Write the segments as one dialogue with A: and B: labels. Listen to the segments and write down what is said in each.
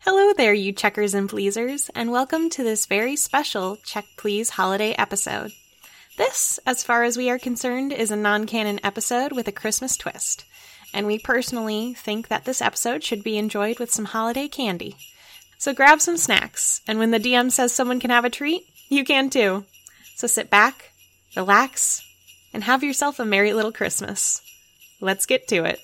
A: Hello there, you checkers and pleasers, and welcome to this very special Check Please holiday episode. This, as far as we are concerned, is a non canon episode with a Christmas twist, and we personally think that this episode should be enjoyed with some holiday candy. So grab some snacks, and when the DM says someone can have a treat, you can too. So sit back, relax, and have yourself a merry little Christmas. Let's get to it.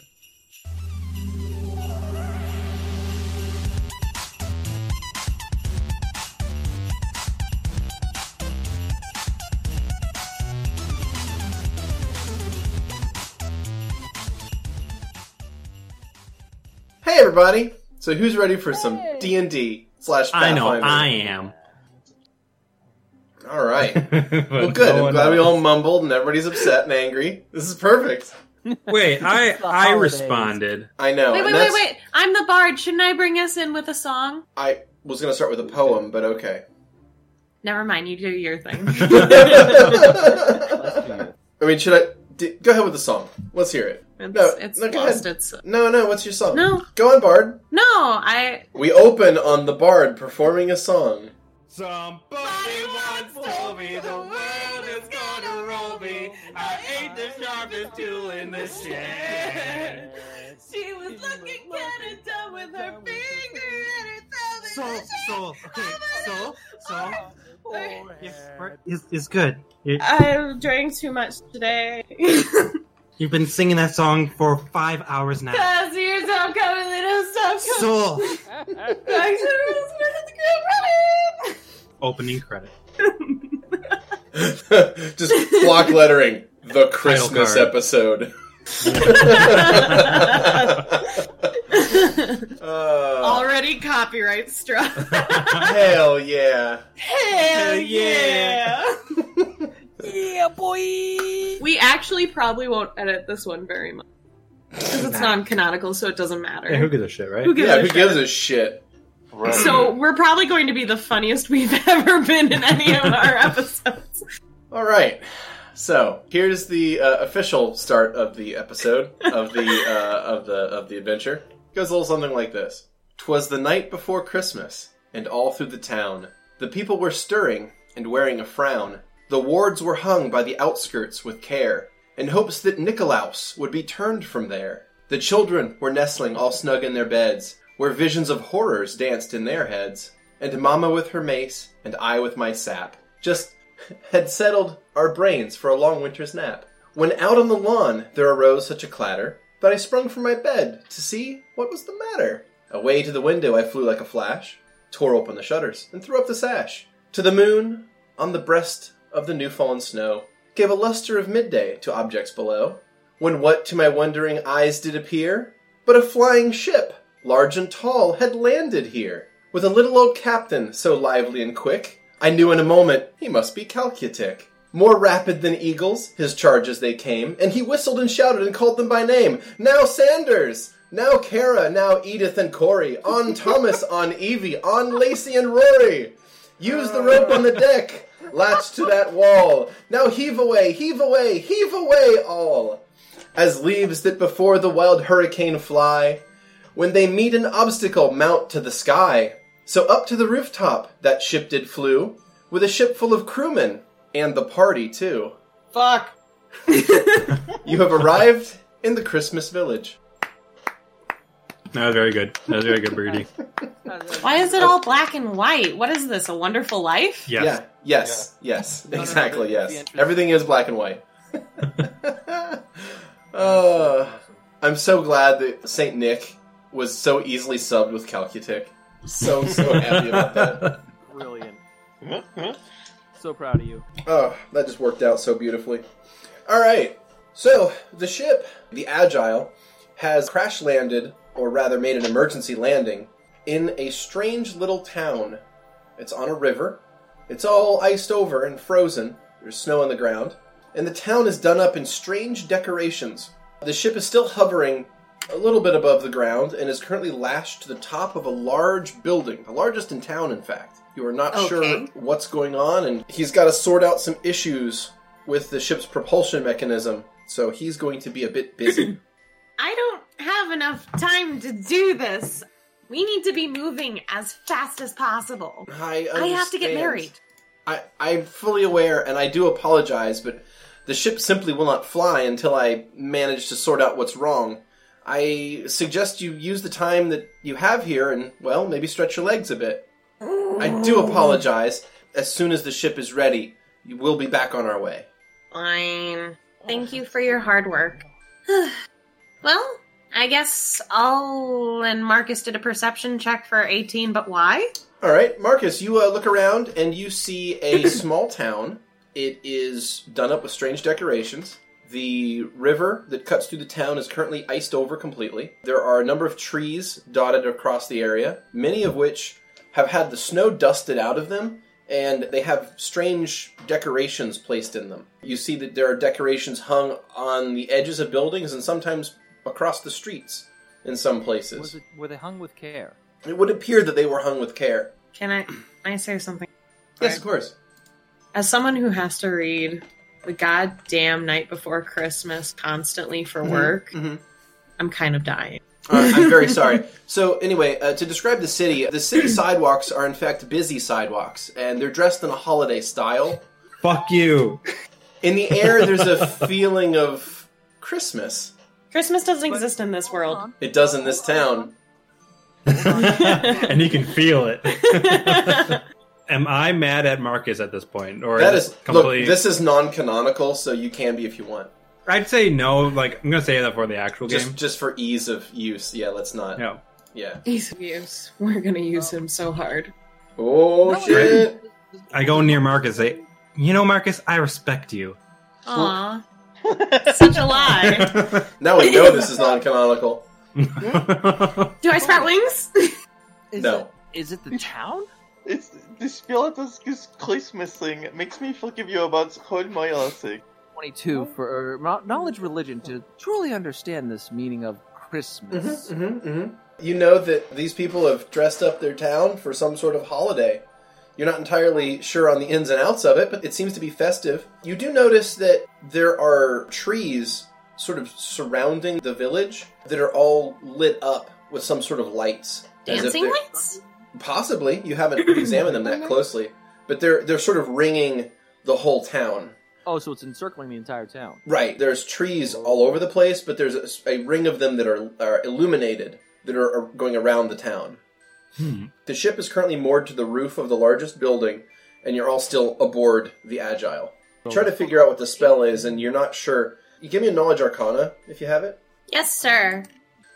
B: Hey everybody! So who's ready for some D and D slash
C: I know,
B: Pathfinder?
C: I am.
B: All right. Well,
C: well,
B: good. I'm glad we all mumbled and everybody's upset and angry. This is perfect.
C: Wait, I
D: the
C: I
D: holidays.
C: responded.
B: I know.
E: Wait,
B: and
E: wait, wait,
B: that's-
E: wait. I'm the bard. Shouldn't I bring us in with a song?
B: I was gonna start with a poem, but okay.
E: Never mind, you do your thing.
B: I mean, should I d- go ahead with the song? Let's hear it.
E: It's,
B: No,
E: it's
B: no, go
E: lost.
B: ahead.
E: It's
B: No, no. What's your song?
E: No.
B: Go on, Bard.
E: no. I
B: We open on the Bard performing a song.
C: Somebody once told me the world is gonna roll me. I ain't the sharpest tool in the shed.
E: she was looking kind of dumb with her finger and her thumb.
F: Soul, soul, okay, soul, soul. Yes, we're- it's, it's good. You-
E: I drank too much today.
F: You've been singing that song for five hours now.
E: Cause here's how coming, little stuff coming.
F: Soul.
E: Back to the rules, back to the group,
F: Opening credit.
B: Just block lettering the Christmas
C: card.
B: episode.
E: running.
B: Uh,
E: Already copyright struck.
B: Hell yeah.
E: Hell
C: yeah.
D: Yeah, boy.
E: We actually probably won't edit this one very much because it's non-canonical, so it doesn't matter.
C: gives a shit, right?
E: Who gives
B: yeah,
E: a
B: who
E: shit?
B: gives a shit?
E: So we're probably going to be the funniest we've ever been in any of our episodes.
B: All right. So here's the uh, official start of the episode of the uh, of the of the adventure. It goes a little something like this: "Twas the night before Christmas, and all through the town the people were stirring and wearing a frown. The wards were hung by the outskirts with care, in hopes that Nikolaus would be turned from there. The children were nestling all snug in their beds, where visions of horrors danced in their heads. And Mamma with her mace, and I with my sap, just had settled our brains for a long winter's nap. When out on the lawn there arose such a clatter that I sprung from my bed to see what was the matter. Away to the window I flew like a flash, tore open the shutters, and threw up the sash. To the moon, on the breast of the new fallen snow, gave a luster of midday to objects below. When what to my wondering eyes did appear, but a flying ship, large and tall, had landed here, with a little old captain so lively and quick. I knew in a moment he must be Calcutic. More rapid than eagles, his charges they came, and he whistled and shouted and called them by name. Now Sanders! Now Kara, now Edith and Corey, on Thomas, on Evie, on Lacey and Rory! Use the rope on the deck, latch to that wall. Now heave away, heave away, heave away all! as leaves that before the wild hurricane fly. When they meet an obstacle, mount to the sky. So up to the rooftop that ship did flew, with a ship full of crewmen, and the party too.
D: Fuck.
B: You have arrived in the Christmas village.
C: That was very good. That was very good, Broody.
E: Why is it all black and white? What is this? A Wonderful Life?
C: Yes.
B: Yeah, yes, yes,
D: no,
B: exactly,
D: the- the
B: yes.
D: entrance-
B: Everything is black and white. uh, I'm so glad that St. Nick was so easily subbed with Calcutic. So, so happy about that.
D: Brilliant. So proud of you.
B: Oh, that just worked out so beautifully. All right. So, the ship, the Agile, has crash landed, or rather made an emergency landing, in a strange little town. It's on a river. It's all iced over and frozen. There's snow on the ground. And the town is done up in strange decorations. The ship is still hovering a little bit above the ground and is currently lashed to the top of a large building, the largest in town, in fact. You are not sure
E: Okay.
B: what's going on, and he's got to sort out some issues with the ship's propulsion mechanism, so he's going to be a bit busy.
E: I don't have enough time to do this. We need to be moving as fast as possible.
B: I
E: I have to get
B: understand.
E: married.
B: I, I'm fully aware, and I do apologize, but the ship simply will not fly until I manage to sort out what's wrong. I suggest you use the time that you have here and, well, maybe stretch your legs a bit. I do apologize. As soon as the ship is ready, you will be back on our way.
E: Fine. Thank you for your hard work. well, I guess all and Marcus did a perception check for 18, but why?
B: All right, Marcus, you uh, look around and you see a small town. It is done up with strange decorations. The river that cuts through the town is currently iced over completely. There are a number of trees dotted across the area, many of which have had the snow dusted out of them, and they have strange decorations placed in them. You see that there are decorations hung on the edges of buildings and sometimes across the streets in some
D: Was
B: places.
D: it, were they hung with care?
B: It would appear that they were hung with care.
E: Can I I say something?
B: Yes, of course.
E: As someone who has to read the goddamn night before Christmas constantly for work,
B: mhm.
E: I'm kind of dying.
B: Uh, I'm very sorry. So anyway, uh, to describe the city, the city sidewalks are in fact busy sidewalks, and they're dressed in a holiday style.
F: Fuck you.
B: In the air, there's a feeling of Christmas.
E: Christmas doesn't exist in this world.
B: It does in this town.
F: and you can feel it. Am I mad at Marcus at this point, or
B: That
F: is
B: is
F: it
B: look.
F: completely?
B: This is non-canonical, so you can be if you want.
F: I'd say no. Like I'm gonna say that for the actual
B: Just
F: game.
B: just for ease of use. Yeah, let's not.
F: No.
B: Yeah.
E: He's abuse. We're gonna use him so hard.
B: Oh
G: No,
B: shit!
F: I go near Marcus. Say, you know, Marcus, I respect you.
E: Aw. Such a lie.
B: Now we know this is non-canonical.
E: Do I sprout wings?
G: Is
B: No.
D: Is it the town?
H: It's the spiel at this this Christmas thing makes me forgive you about whole my thing.
D: 22 for uh, mo- knowledge religion to truly understand this meaning of
E: Mm-hmm.
D: Christmas.
B: You know that these people have dressed up their town for some sort of holiday. You're not entirely sure on the ins and outs of it, but it seems to be festive. You do notice that there are trees sort of surrounding the village that are all lit up with some sort of lights. as if
E: Dancing
B: they're-
E: lights?
B: Possibly. You haven't examined them that closely, but they're they're sort of ringing the whole town.
D: Oh, so it's encircling the entire town.
B: Right. There's trees all over the place, but there's a, a ring of them that are, are illuminated that are, are going around the town.
F: Hmm.
B: The ship is currently moored to the roof of the largest building, and you're all still aboard the Agile.
D: Oh.
B: Try to figure out what the spell is, and you're not sure. You give me a knowledge arcana if you have it.
E: Yes, sir.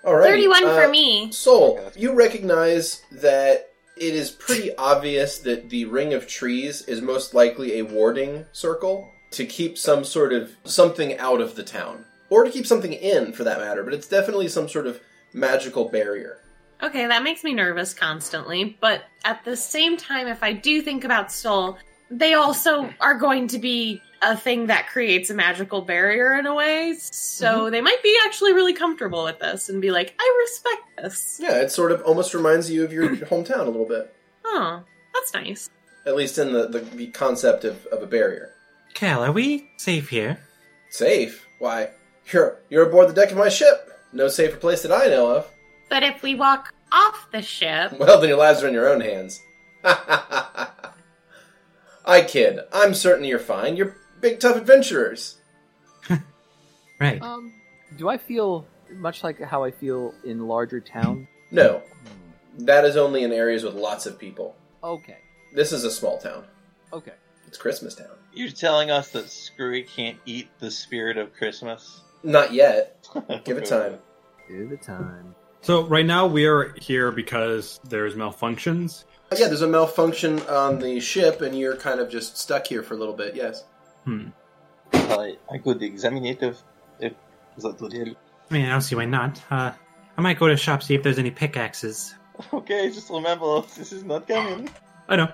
B: All right. uh,
E: 31 for me.
B: Soul, you recognize that it is pretty obvious that the ring of trees is most likely a warding circle to keep some sort of something out of the town, or to keep something in, for that matter. But it's definitely some sort of magical barrier.
E: Okay, that makes me nervous constantly, but at the same time, if I do think about soul, they also are going to be a thing that creates a magical barrier in a way, so they might be actually really comfortable with this and be like, I respect this.
B: Yeah, it sort of almost reminds you of your hometown a little bit,
E: Oh, that's nice.
B: at least in the the, the concept of, of a barrier.
F: Cal, are we safe here?
B: Safe? Why, you're you're aboard the deck of my ship. No safer place that I know of.
E: But if we walk off the ship,
B: Well, then your lives are in your own hands. I kid. I'm certain you're fine. You're big, tough adventurers.
F: Right.
D: Oh.
G: Um,
D: Do I feel much like how I feel in larger towns?
B: No, that is only in areas with lots of people.
D: Okay,
B: This is a small town.
D: okay.
B: It's Christmas town.
H: You're telling us that Screwy can't eat the spirit of Christmas?
B: Not yet. Give it time.
D: Give the time.
F: So right now we are here because there's malfunctions.
B: But yeah, there's a malfunction on the ship, and you're kind of just stuck here for a little bit. Yes.
H: I, I could examine it if, if that would help.
F: I mean, I don't see why not. Uh, I might go to shop see if there's any pickaxes.
H: Okay, just remember this is not coming.
F: I know.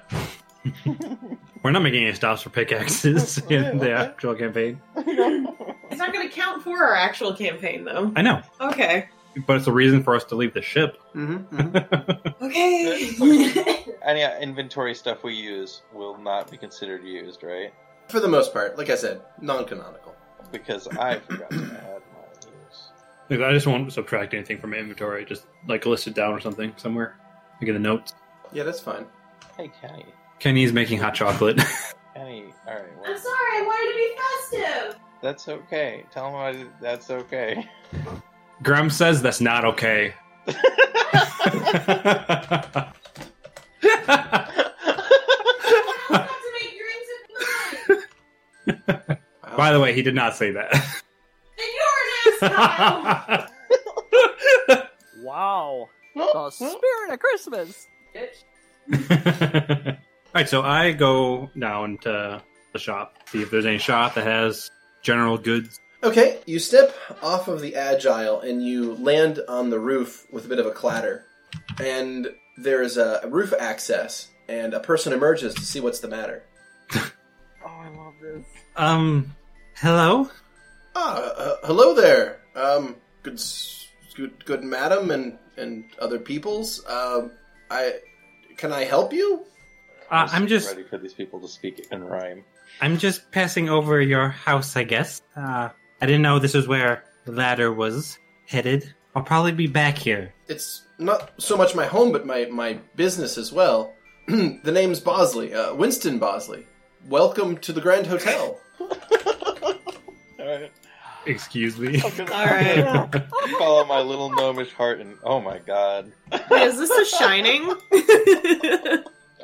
F: We're not making any stops for pickaxes in the actual campaign.
E: it's not going to count for our actual campaign, though.
F: I know,
E: Okay.
F: but it's a reason for us to leave the ship.
B: Mm-hmm.
E: Okay.
H: Any uh, inventory stuff we use will not be considered used, right?
B: for the most part, like I said, non-canonical.
H: Because I forgot to add my use.
G: Like, I just won't subtract anything from my inventory. Just like list it down or something somewhere. I get a note.
B: Yeah, that's fine.
H: Hey, Kenny.
G: Kenny's making hot chocolate.
H: Kenny. All right.
E: I'm
H: Well,
E: sorry, I wanted to be festive.
H: that's okay. Tell him I did, that's okay.
G: Graham says that's not okay.
E: I'm about to make drinks in the night,
G: By the way, he did not say
E: and you're an asshole.
G: that.
D: Wow. The
H: oh,
D: spirit of Christmas.
G: All right, so I go down to the shop, see if there's any shop that has general goods.
B: Okay, you step off of the agile and you land on the roof with a bit of a clatter. And there's a roof access, and a person emerges to see what's the matter.
H: I love this.
G: Um, hello.
B: Ah, uh, hello there. Um, good, s- good, good, madam, and and other peoples. Um, I can I help you?
G: Uh, I'm just
H: ready for these people to speak in rhyme.
G: I'm just passing over your house, I guess. Uh, I didn't know this is where the ladder was headed. I'll probably be back here.
B: It's not so much my home, but my my business as well. the name's Bosley, uh, Winston Bosley. Welcome to the Grand Hotel.
H: All right.
G: Excuse me.
E: All right.
H: Follow my little gnomish heart, and oh my god,
E: Wait, is this a shining?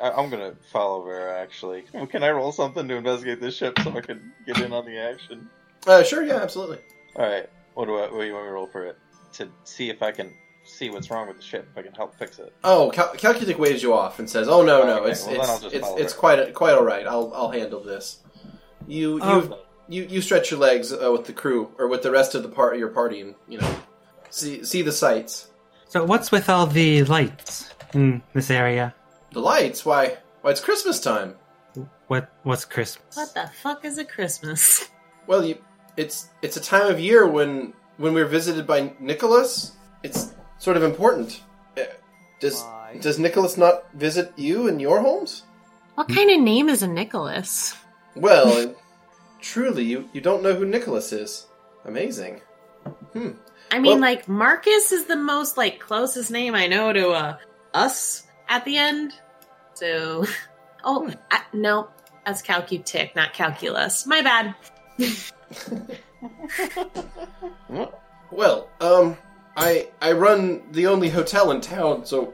H: I, I'm gonna follow Vera. Actually, can I roll something to investigate this ship so I can get in on the action?
B: Uh, sure, yeah, absolutely.
H: All right. What do I? What do you want me to roll for it to see if I can see what's wrong with the ship? If I can help fix it.
B: Oh, Cal- Calcutic waves you off and says, "Oh no, no,
H: Okay,
B: it's
H: well, then I'll
B: it's
H: just
B: it's,
H: follow
B: it's
H: her.
B: quite quite all right. I'll I'll handle this." You you you you stretch your legs uh, with the crew or with the rest of the part your party, and you know see see the sights,
G: So, what's with all the lights in this area?
B: the lights. Why why it's Christmas time.
G: What What's Christmas?
E: what the fuck is a Christmas?
B: Well, you, it's it's a time of year when when we're visited by Nicholas. It's sort of important. Uh, Does
D: Why?
B: does Nicholas not visit you in your homes?
E: What kind of name is a Nicholas?
B: Well, truly, you you don't know who Nicholas is. Amazing.
E: I mean,
B: Well-
E: like Marcus is the most like closest name I know to uh, us at the end. So,
B: Hmm.
E: oh I, no, that's Calcutic, not calculus. My bad.
B: Well, um, I I run the only hotel in town, so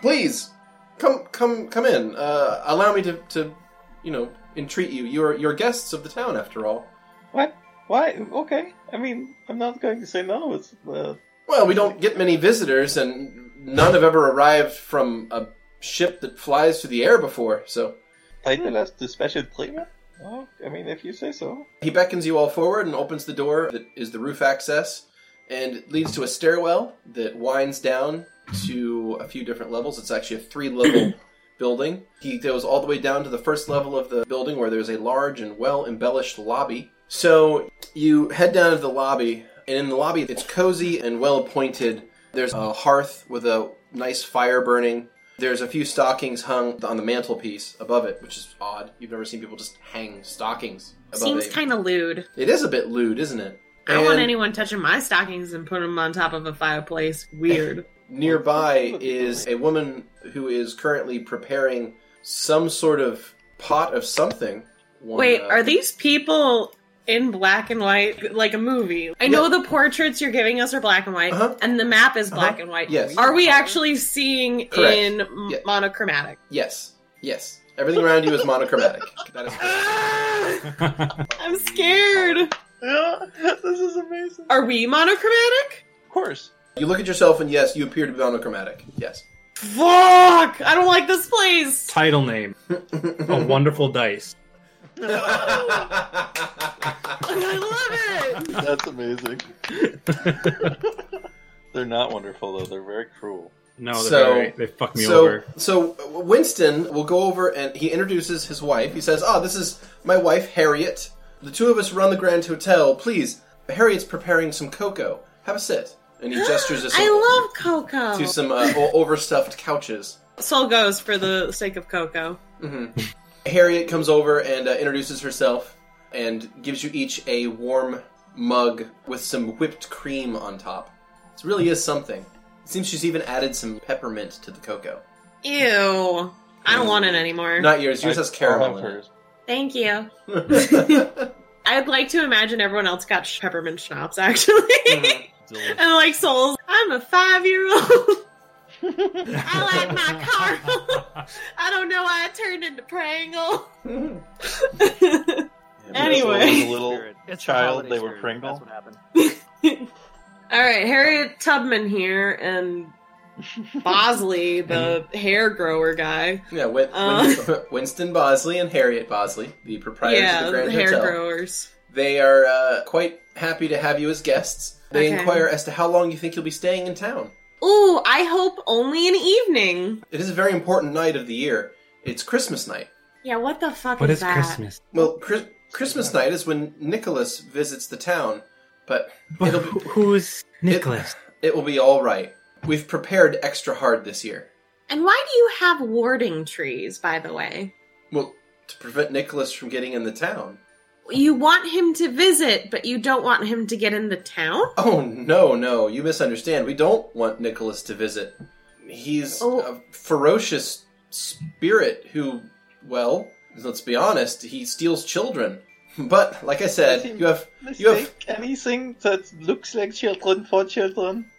B: please come come come in. Uh, allow me to, to you know entreat you. You're you're guests of the town after all.
H: What? Why? Okay. I mean, I'm not going to say no. It's uh,
B: Well, we don't get many visitors, and none have ever arrived from a ship that flies through the air before. So
H: title to special treatment. Well, I mean, if you say so.
B: he beckons you all forward and opens the door that is the roof access, and it leads to a stairwell that winds down to a few different levels. It's actually a three-level building. He goes all the way down to the first level of the building where there's a large and well embellished lobby. So you head down to the lobby, and in the lobby, it's cozy and well appointed. There's a hearth with a nice fire burning. There's a few stockings hung on the mantelpiece above it, which is odd. You've never seen people just hang stockings above
E: Seems
B: a-
E: kind of lewd.
B: It is a bit lewd, isn't it?
E: I don't want
B: And-
E: anyone touching my stockings and putting them on top of a fireplace. Weird.
B: Nearby is a woman who is currently preparing some sort of pot of something. One,
E: Wait,
B: uh,
E: are these people in black and white like a movie? I know the portraits you're giving us are black and white,
B: Uh-huh.
E: and the map is black
B: Uh-huh.
E: and white.
B: Yes.
E: Are we actually seeing
B: Correct.
E: in m-
B: Yeah.
E: monochromatic?
B: Yes, yes. Everything around you is monochromatic. That is correct.
E: I'm scared.
H: Yeah, this is amazing.
E: Are we monochromatic?
H: Of course.
B: You look at yourself, and yes, you appear to be monochromatic. Yes.
E: Fuck! I don't like this place.
G: Title name. a
B: Hmm.
G: wonderful dice.
E: I love it.
H: That's amazing. they're not wonderful though. They're very cruel.
G: No,
B: they're
G: they're
B: So- very-
G: they fuck me
B: so,
G: over.
B: so Winston will go over and he introduces his wife. He says, "Ah, this is my wife, Harriet. The two of us run the Grand Hotel. Please, Harriet's preparing some cocoa. Have a sit." And he gestures to some,
E: I love Coco.
B: to some uh, o- overstuffed couches.
E: Soul goes for the sake of Coco.
B: Harriet comes over and uh, introduces herself and gives you each a warm mug with some whipped cream on top. It really is something. It seems she's even added some peppermint to the cocoa.
E: Ew. I don't want it anymore.
B: Not yours. Yours
H: I-
B: has
H: I'll
B: caramel
H: have
B: in
H: hers.
E: Thank you.
B: it.
E: I'd like to imagine everyone else got sh- peppermint schnapps,
B: Mm.
E: actually. and like souls, I'm a five year old. I like my Carl. I don't know why I turned into Prangle. Anyway.
H: A little
D: It's the
H: child,
D: holiday
H: they were
D: spirit.
H: Pringle.
D: That's what happened.
E: All right, Harriet Tubman here and Bosley, the hair grower guy.
B: yeah, Win-
E: Uh.
B: Winston Bosley and Harriet Bosley, the proprietors
E: yeah,
B: of the Grand
E: hair
B: Hotel.
E: growers.
B: They are uh, quite happy to have you as guests. They
E: Okay.
B: inquire as to how long you think you'll be staying in town.
E: Ooh, I hope only an evening.
B: It is a very important night of the year. It's Christmas night.
E: Yeah, what the fuck
G: What
E: is
G: is
E: that?
G: Christmas?
B: Well, Chris- Christmas night is when Nicholas visits the town, but
G: But
B: It'll
G: who- who's Nicholas?
B: it will be all right. We've prepared extra hard this year.
E: And why do you have warding trees, by the way?
B: Well, to prevent Nicholas from getting in the town.
E: You want him to visit, but you don't want him to get in the town?
B: Oh no, no, you misunderstand. We don't want Nicholas to visit. He's
E: Oh.
B: a ferocious spirit who, well, let's be honest, he steals children. But like I
H: Does he
B: said, you have you have
H: Mistake anything that looks like children for children?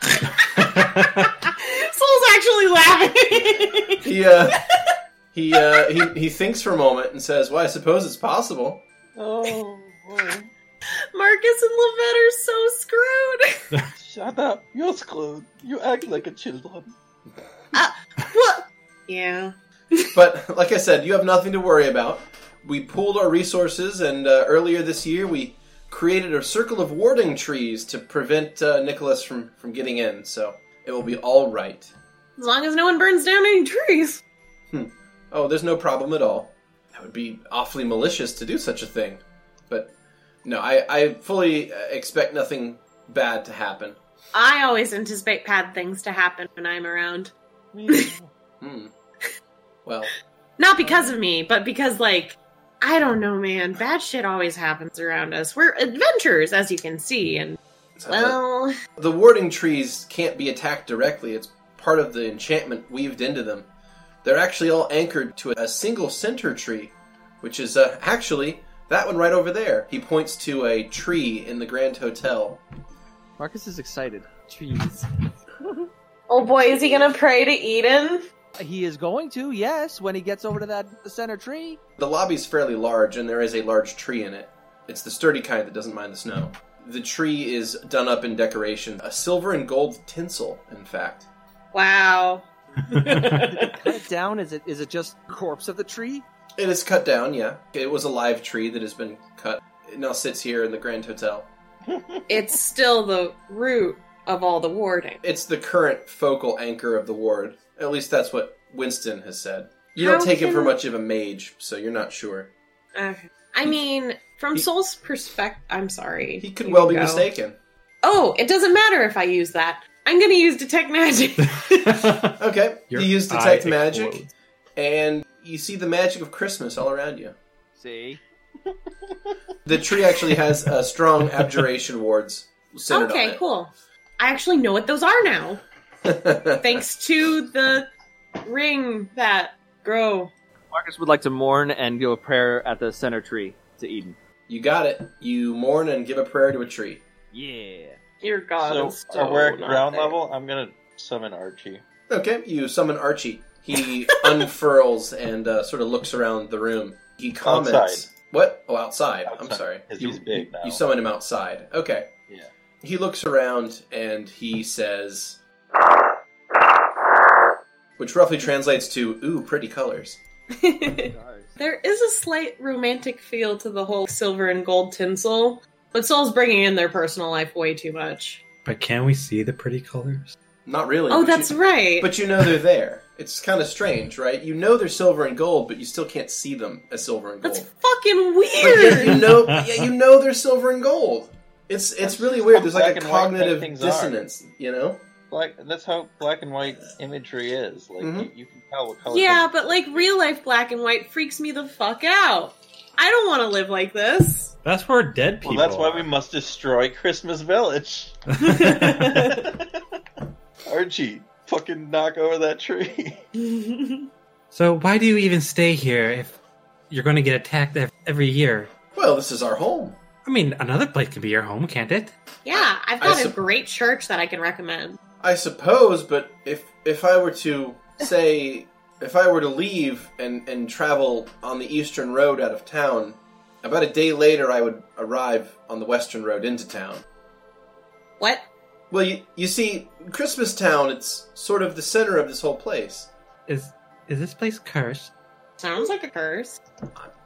E: Soul's actually laughing.
B: he uh, he uh, he he thinks for a moment and says, "Well, I suppose it's possible."
H: Oh, boy.
E: Marcus and Levette are so screwed.
H: shut up! You're screwed. You act like a children.
E: what? Yeah.
B: But like I said, you have nothing to worry about. We pooled our resources, and uh, earlier this year we created a circle of warding trees to prevent uh, Nicholas from from getting in. So it will be all right.
E: As long as no one burns down any trees.
B: Oh, there's no problem at all. That would be awfully malicious to do such a thing. But no, I I fully uh, expect nothing bad to happen.
E: I always anticipate bad things to happen when I'm around.
B: Hmm. Well,
E: Not because of me, but because, like, I don't know, man. Bad shit always happens around us. We're adventurers, as you can see, and,
B: so that-
E: well,
B: The warding trees can't be attacked directly. It's part of the enchantment weaved into them. They're actually all anchored to a single center tree, which is uh, actually that one right over there. He points to a tree in the Grand Hotel.
D: Marcus is excited. Trees.
E: oh boy, is he gonna pray to Eden?
D: He is going to, yes, when he gets over to that center tree.
B: The lobby's fairly large, and there is a large tree in it. It's the sturdy kind that doesn't mind the snow. The tree is done up in decoration, a silver and gold tinsel, in fact.
E: Wow.
D: Cut it down. Is it? Is it just corpse of the tree?
B: It is cut down, yeah. It was a live tree that has been cut. It now sits here in the Grand Hotel.
E: It's still the root of all the warding.
B: It's the current focal anchor of the ward. At least that's what Winston has said. You don't
E: How
B: take him for
E: can-
B: much of a mage, so you're not sure.
E: Okay. I mean, from
B: He-
E: Soul's perspective, I'm sorry.
B: He could
E: You
B: well be
E: go.
B: mistaken.
E: Oh, it doesn't matter if I use that. I'm going to use detect magic.
B: Okay,
G: Your
B: you use
G: eye
B: detect magic,
G: explodes.
B: and you see the magic of Christmas all around you.
D: See,
B: The tree actually has uh, strong abjuration wards centered
E: okay, cool. I actually know what those are now,
B: on it.
E: thanks to the ring that grow.
D: Marcus would like to mourn and give a prayer at the center tree to Eden.
B: you got it. You mourn and give a prayer to a tree.
D: Yeah.
E: Your god.
H: so,
E: is
H: uh, we're at
E: not
H: ground
E: there.
H: level. I'm gonna summon Archie.
B: Okay, you summon Archie. He unfurls and uh, sort of looks around the room. He comments.
H: Outside.
B: What? Oh, outside. I'm
H: Outside,
B: sorry.
H: 'cause
B: You-
H: he's big now.
B: You summon him outside. Okay.
H: Yeah.
B: He looks around and he says, which roughly translates to "Ooh, pretty colors."
E: There is a slight romantic feel to the whole silver and gold tinsel, but Soul's bringing in their personal life way too much.
G: but can we see the pretty colors?
B: Not really.
E: Oh,
B: but
E: that's
B: you,
E: right.
B: But you know they're there. It's kind of strange, right? You know they're silver and gold, but you still can't see them as silver and
E: that's
B: gold.
E: fucking
B: But yet you
E: weird.
B: know, yeah, you know they're silver and gold. It's it's really weird. There's like a
H: Black and white
B: cognitive
H: things are.
B: dissonance, you know.
H: Black. That's how black and white imagery is. Like
B: Mhm.
H: you, you can tell what color.
E: yeah, but like real life black and white freaks me the fuck out. I don't want to live like this.
G: That's where dead
H: Well,
G: people.
H: that's why we must destroy Christmas Village. Archie, fucking knock over that tree.
G: So why do you even stay here if you're going to get attacked ev- every year?
B: Well, this is our home.
G: I mean, another place could be your home, can't it?
E: Yeah, I've
B: I
E: got a
B: sup-
E: great church that I can recommend.
B: I suppose, but if if I were to say if I were to leave and and travel on the eastern road out of town, about a day later I would arrive on the western road into town.
E: What?
B: Well, you, you see, Christmas Town, it's sort of the center of this whole place.
G: Is is this place cursed?
E: Sounds like a curse.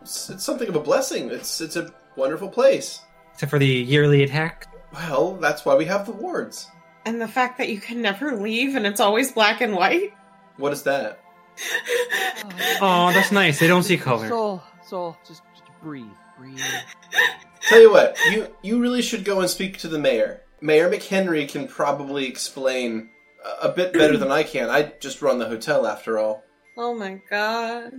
B: It's, it's something of a blessing. It's it's a wonderful place.
G: Except for the yearly attack?
B: Well, that's why we have the wards.
E: And the fact that you can never leave and it's always black and white.
B: What is that?
G: Oh, that's nice. They don't see color.
D: Soul, soul, just, just breathe, breathe.
B: Tell you what, you you really should go and speak to the mayor. Mayor McHenry can probably explain a, a bit better than I can. I just run the hotel after all.
E: Oh my god.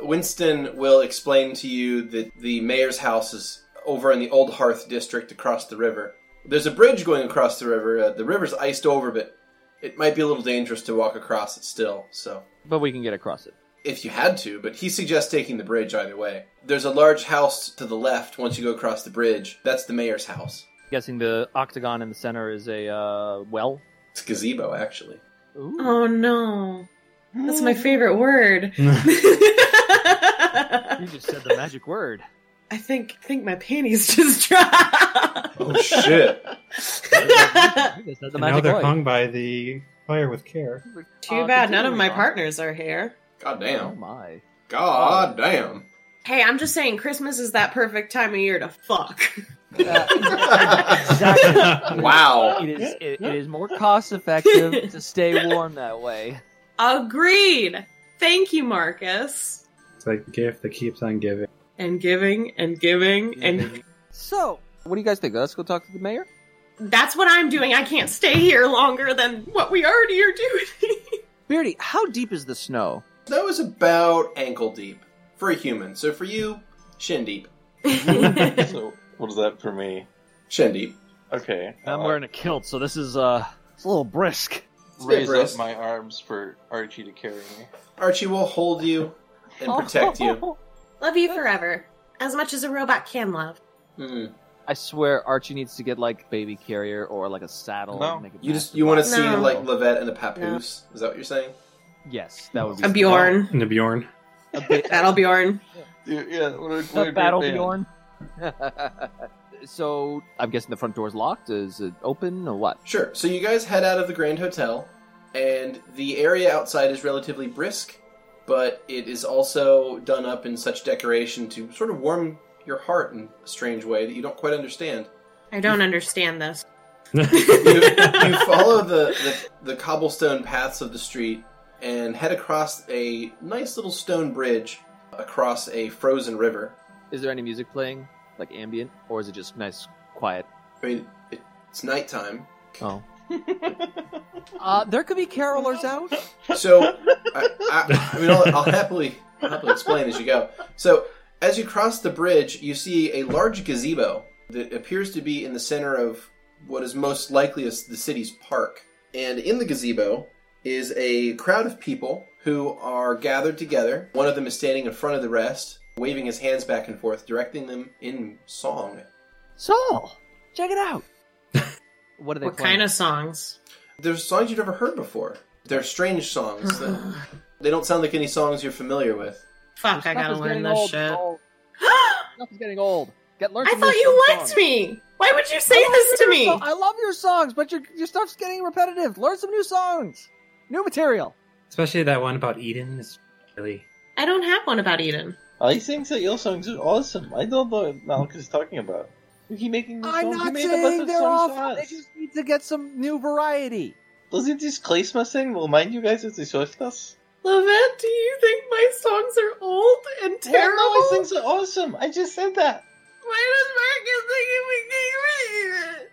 B: Winston will explain to you that the mayor's house is over in the Old Hearth district across the river. There's a bridge going across the river. Uh, the river's iced over, but it might be a little dangerous to walk across it still. So
D: But we can get across it.
B: if you had to, but he suggests taking the bridge either way. There's a large house to the left once you go across the bridge. That's the mayor's house.
D: Guessing the octagon in the center is a uh, well.
B: It's gazebo, actually.
D: Ooh.
E: oh no. That's my favorite word.
D: You
E: I
D: just said the magic word.
E: think I think my panties just dropped.
B: Oh shit!
D: You just said the
G: And now
D: magic
G: they're
D: word.
G: hung by the fire with care.
E: Too
D: Uh,
E: bad none of
D: continuing
E: my
D: on.
E: partners are here.
B: God
D: Oh
B: damn!
D: my.
B: God damn!
E: Hey, I'm just saying Christmas is that perfect time of year to fuck.
D: Exactly.
B: wow!
D: Uh, it is it, it is more cost effective to stay warm that way.
E: Agreed. Thank you, Marcus.
G: It's like a gift that keeps on giving.
E: And giving and giving and
D: So, what do you guys think? Let's go talk to the mayor.
E: that's what I'm doing. I can't stay here longer than what we already are doing.
D: Beardy, how deep is the snow?
B: That was about ankle deep for a human. So for you, shin deep.
H: so, what is that for me?
B: Shin deep.
H: Okay.
D: I'm
H: uh,
D: wearing a kilt, so this is uh, it's a little brisk.
H: raise
B: Wrist.
H: up my arms for Archie to carry me.
B: Archie will hold you and protect you.
E: love you forever. As much as a robot can love.
B: Mm.
D: I swear, Archie needs to get like baby carrier or like a saddle.
H: No.
D: and make it
B: You just
D: massive.
B: you want to see
E: No.
B: like Levette and the Papoose? Is that what you're saying?
D: yes, that would be
E: A Bjorn.
G: And the Bjorn.
E: Battle Bjorn.
H: Yeah, yeah what a, what a
D: The
H: great
D: battle
H: band.
D: Bjorn. so I'm guessing the front door's locked. Is it open or what?
B: Sure. So you guys head out of the Grand Hotel, and the area outside is relatively brisk, but it is also done up in such decoration to sort of warm your heart in a strange way that you don't quite understand.
E: I don't understand this.
B: you, you follow the, the, the cobblestone paths of the street and head across a nice little stone bridge across a frozen river.
D: Is there any music playing, like ambient, or is it just nice, quiet?
B: I mean, it, it's nighttime.
D: Oh. uh, there could be carolers out.
B: So, I, I, I mean, I'll, I'll happily, I'll happily explain as you go. So, as you cross the bridge, you see a large gazebo that appears to be in the center of what is most likely is the city's park. And in the gazebo is a crowd of people who are gathered together. One of them is standing in front of the rest, waving his hands back and forth, directing them in song.
D: Saul, check it out. what are they
E: What
D: playing?
E: kind of songs?
B: There's songs you've never heard before. They're strange songs. that- they don't sound like any songs you're familiar with.
E: Fuck, I
D: Stuff
E: gotta
D: is
E: learn
D: getting
E: this
D: old,
E: shit.
D: Saul.
E: I
D: Stuff is getting old. Get learn. some
E: thought
D: new
E: you
D: songs.
E: liked me. Why would you say
D: I love
E: this to
D: your
E: me?
D: so- I love your songs, but your your stuff's getting repetitive. Learn some new songs, new material.
G: Especially that one about Eden is really
E: I don't have one about Eden.
H: I think the Yale songs are awesome. I don't know what Malik is talking about. You keep making new
D: I'm
H: songs. You
D: not
H: made a bunch
D: saying
H: of
D: they're
H: songs
D: awful.
H: for
D: They
H: us.
D: just need to get some new variety.
H: Doesn't this Christmas thing remind you guys of the Swiftness?
E: Lavette, do you think my songs are old and
H: Terrible.
E: terrible?
H: No, these things are awesome. I just said that.
E: Why does Marcus think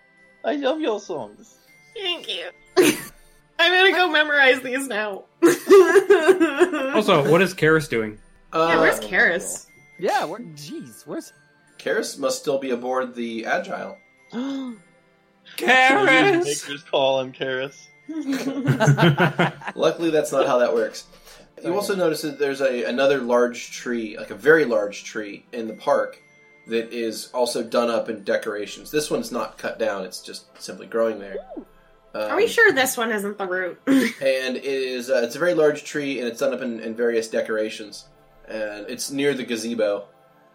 H: I love your songs.
E: Thank you. I'm gonna go memorize these now.
G: Also, what is Karis doing?
B: Uh,
E: yeah, where's Karis?
H: Hmm.
D: Yeah, where, jeez, where's
B: Karis must still be aboard the Agile.
D: Uh,
C: Karis!
H: Maker's call on Karis.
B: Luckily, that's not how that works. You also notice that there's a another large tree, like a very large tree, in the park that is also done up in decorations. This one's not cut down; it's just simply growing there. Um,
E: Are we sure this one isn't the root?
B: And it is uh, it's a very large tree, and it's done up in, in various decorations, and it's near the gazebo.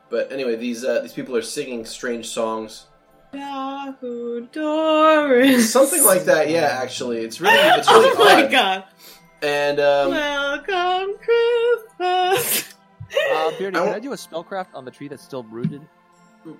B: But anyway, these uh, these people are singing strange songs,
E: Yahoo Doris.
B: something like that. Yeah, actually, it's really it's really
E: oh my
B: odd.
E: god.
B: And um,
E: Welcome Christmas.
D: Uh, Beardy,
B: I
D: can
B: won't-
D: I do a spellcraft on the tree that's still rooted?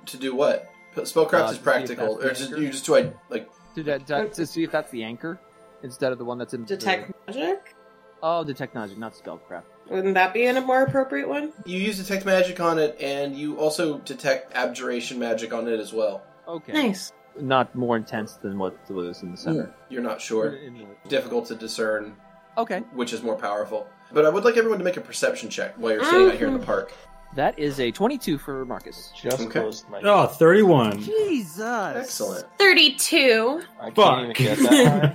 B: to do what? P- Spellcraft
D: Uh,
B: is
D: to see if
B: practical,
D: that's
B: or
D: the
B: just,
D: anchor.
B: you just do I like
D: To, de- de- to see if that's the anchor instead of the one that's in the-
E: Detect magic?
D: Oh, detect magic, not spellcraft.
E: Wouldn't that be a more appropriate one?
B: You use detect magic on it, and you also detect abjuration magic on it as well.
D: Okay.
E: Nice.
D: Not more intense than what was in the center.
B: You're not sure.
D: In the-
B: Difficult to discern
D: Okay,
B: which is more powerful. But I would like everyone to make a perception check while you're sitting out here in the park.
D: that is a 22 for Marcus.
H: Just
B: Okay.
H: closed my.
G: Oh, 31.
D: Jesus.
B: Excellent.
E: 32.
H: I can't
G: fuck.
H: even get that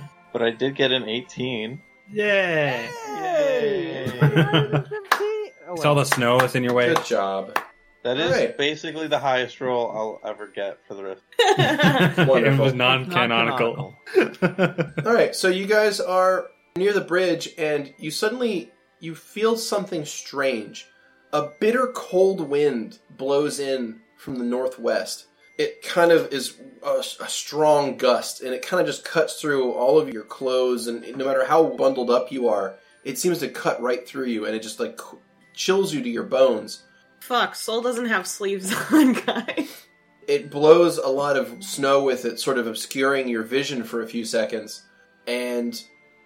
H: high, but I did get an 18.
G: Yay!
D: Oh,
G: It's all the snow that's in your way.
B: Good job.
H: That is
B: Alright.
H: basically the highest roll I'll ever get for the rest.
G: it
B: Wonderful.
G: was
B: It's
G: non canonical.
B: All right, so you guys are near the bridge, and you suddenly you feel something strange. A bitter cold wind blows in from the northwest. It kind of is a, a strong gust, and it kind of just cuts through all of your clothes, and no matter how bundled up you are, it seems to cut right through you, and it just like chills you to your bones.
E: Fuck, Soul doesn't have sleeves on, guys.
B: it blows a lot of snow with it, sort of obscuring your vision for a few seconds. And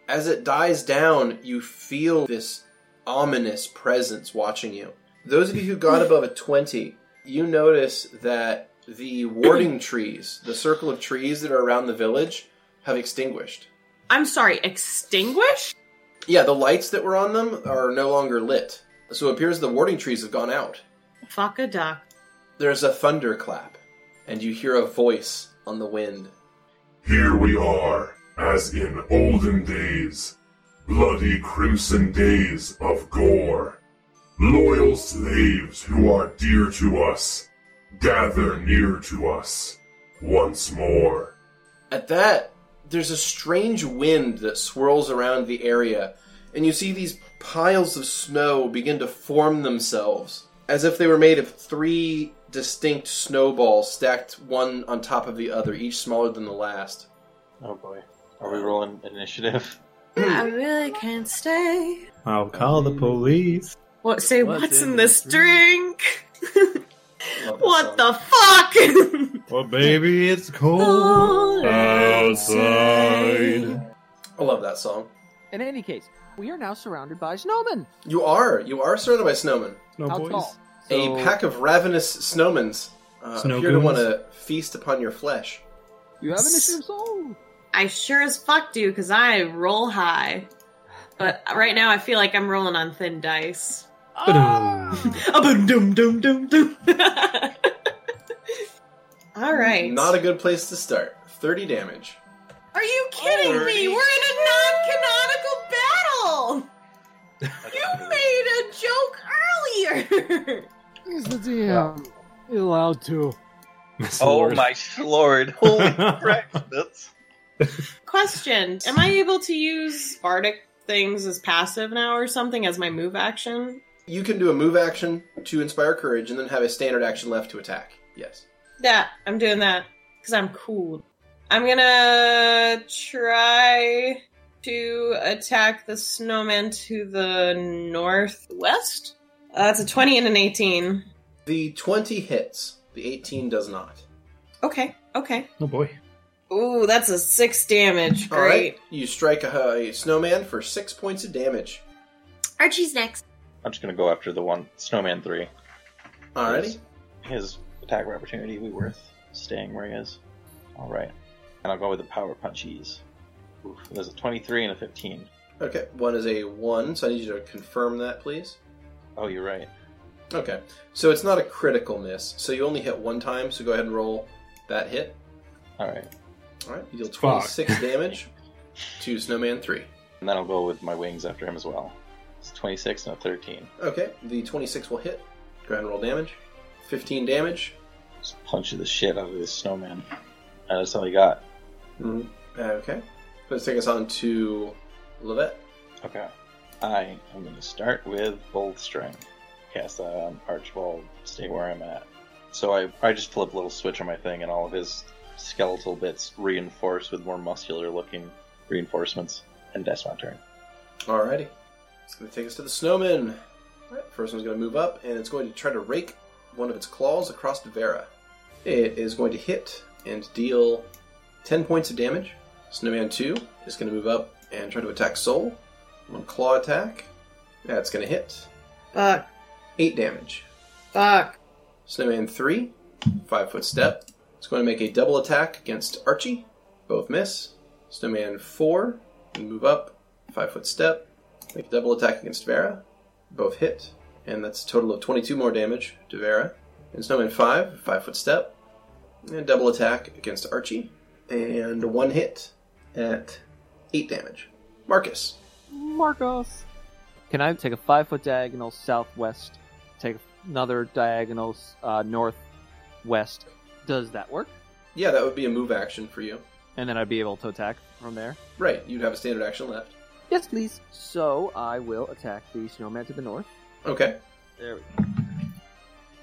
B: as it dies down, you feel this ominous presence watching you. Those of you who got above a 20, you notice that the warding trees, the circle of trees that are around the village, have extinguished.
E: I'm sorry, extinguish?
B: Yeah, the lights that were on them are no longer lit. So it appears the warding trees have gone out.
E: Fuck a duck.
B: There's a thunderclap, and you hear a voice on the wind.
I: Here we are, as in olden days, bloody crimson days of gore. Loyal slaves who are dear to us, gather near to us once more.
B: At that, there's a strange wind that swirls around the area, and you see these piles of snow begin to form themselves, as if they were made of three distinct snowballs stacked one on top of the other, each smaller than the last.
H: Oh boy. Are we rolling initiative?
E: I really can't stay.
G: I'll call the police.
E: What say what's, in this drink?
B: Love that
E: what
B: song.
E: the fuck?
G: Well, baby, it's cold.
E: All outside.
B: I love that song.
D: In any case, we are now surrounded by snowmen.
B: You are you are surrounded by snowmen.
G: Snow
D: How
G: Oh, boys.
D: tall?
B: a
D: So-
B: pack of ravenous snowmen uh,
G: Snow
B: appear to
G: goons?
B: want to feast upon your flesh.
D: You have initiative soul.
E: I sure as fuck do, because I roll high. But right now I feel like I'm rolling on thin dice. Ah! dum dum dum dum. All right.
B: Not a good place to start. Thirty damage.
E: Are you kidding me? We're in a non-canonical battle. You made a joke earlier.
D: Is the DM allowed to?
H: Oh my lord. Holy crap. That's.
E: Question: Am I able to use bardic things as passive now or something as my move action?
B: You can do a move action to inspire courage and then have a standard action left to attack. Yes.
E: That I'm doing that because I'm cool. I'm gonna try to attack the snowman to the northwest. Uh, that's a twenty and an eighteen.
B: The 20 hits, the 18 does not.
E: Okay, okay.
G: Oh boy.
E: Ooh, that's a six damage.
B: All
E: Great.
B: right. You strike a, a snowman for six points of damage.
E: Archie's next.
H: I'm just gonna go after the one Snowman three.
B: Alrighty.
H: His attack of opportunity will be worth staying where he is. Alright. And I'll go with the power punchies. Oof, there's a twenty-three and a fifteen.
B: Okay. One is a one, so I need you to confirm that, please.
H: Oh you're right.
B: Okay. So it's not a critical miss. So you only hit one time. So go ahead and roll that hit.
H: All right,
B: All right. You deal
G: Fuck.
B: 26 damage to Snowman 3.
H: and then I'll go with my wings after him as well. It's 26 and a 13.
B: Okay. The 26 will hit. Go ahead and roll damage. 15 damage.
H: Just punch the shit out of this snowman. And that's all he got.
B: Mm. Okay. Let's take us on to Levette.
H: Okay. I am going to start with Bold Strength. Cast um, Archibald, stay where I'm at. So I, I just flip a little switch on my thing, and all of his skeletal bits reinforce with more muscular looking reinforcements. And that's my turn.
B: Alrighty. It's going to take us to the snowman. Alright, first one's going to move up, and it's going to try to rake one of its claws across Vera. It is going to hit and deal 10 points of damage. Snowman 2 is going to move up and try to attack Soul. One claw attack. That's going to hit.
E: Fuck.
B: 8 damage.
E: Fuck.
B: Snowman 3, 5 foot step. It's going to make a double attack against Archie. Both miss. Snowman 4, and move up, 5 foot step. Make a double attack against Vera. Both hit. And that's a total of 22 more damage to Vera. And Snowman 5, 5 foot step. And double attack against Archie. And one hit at 8 damage. Marcus.
D: Marcos. Can I take a five foot diagonal southwest? Take another diagonal uh, northwest. Does that work?
B: Yeah, that would be a move action for you.
D: And then I'd be able to attack from there.
B: Right, you'd have a standard action left.
D: Yes, please. So I will attack the snowman to the north.
B: Okay.
D: There we go.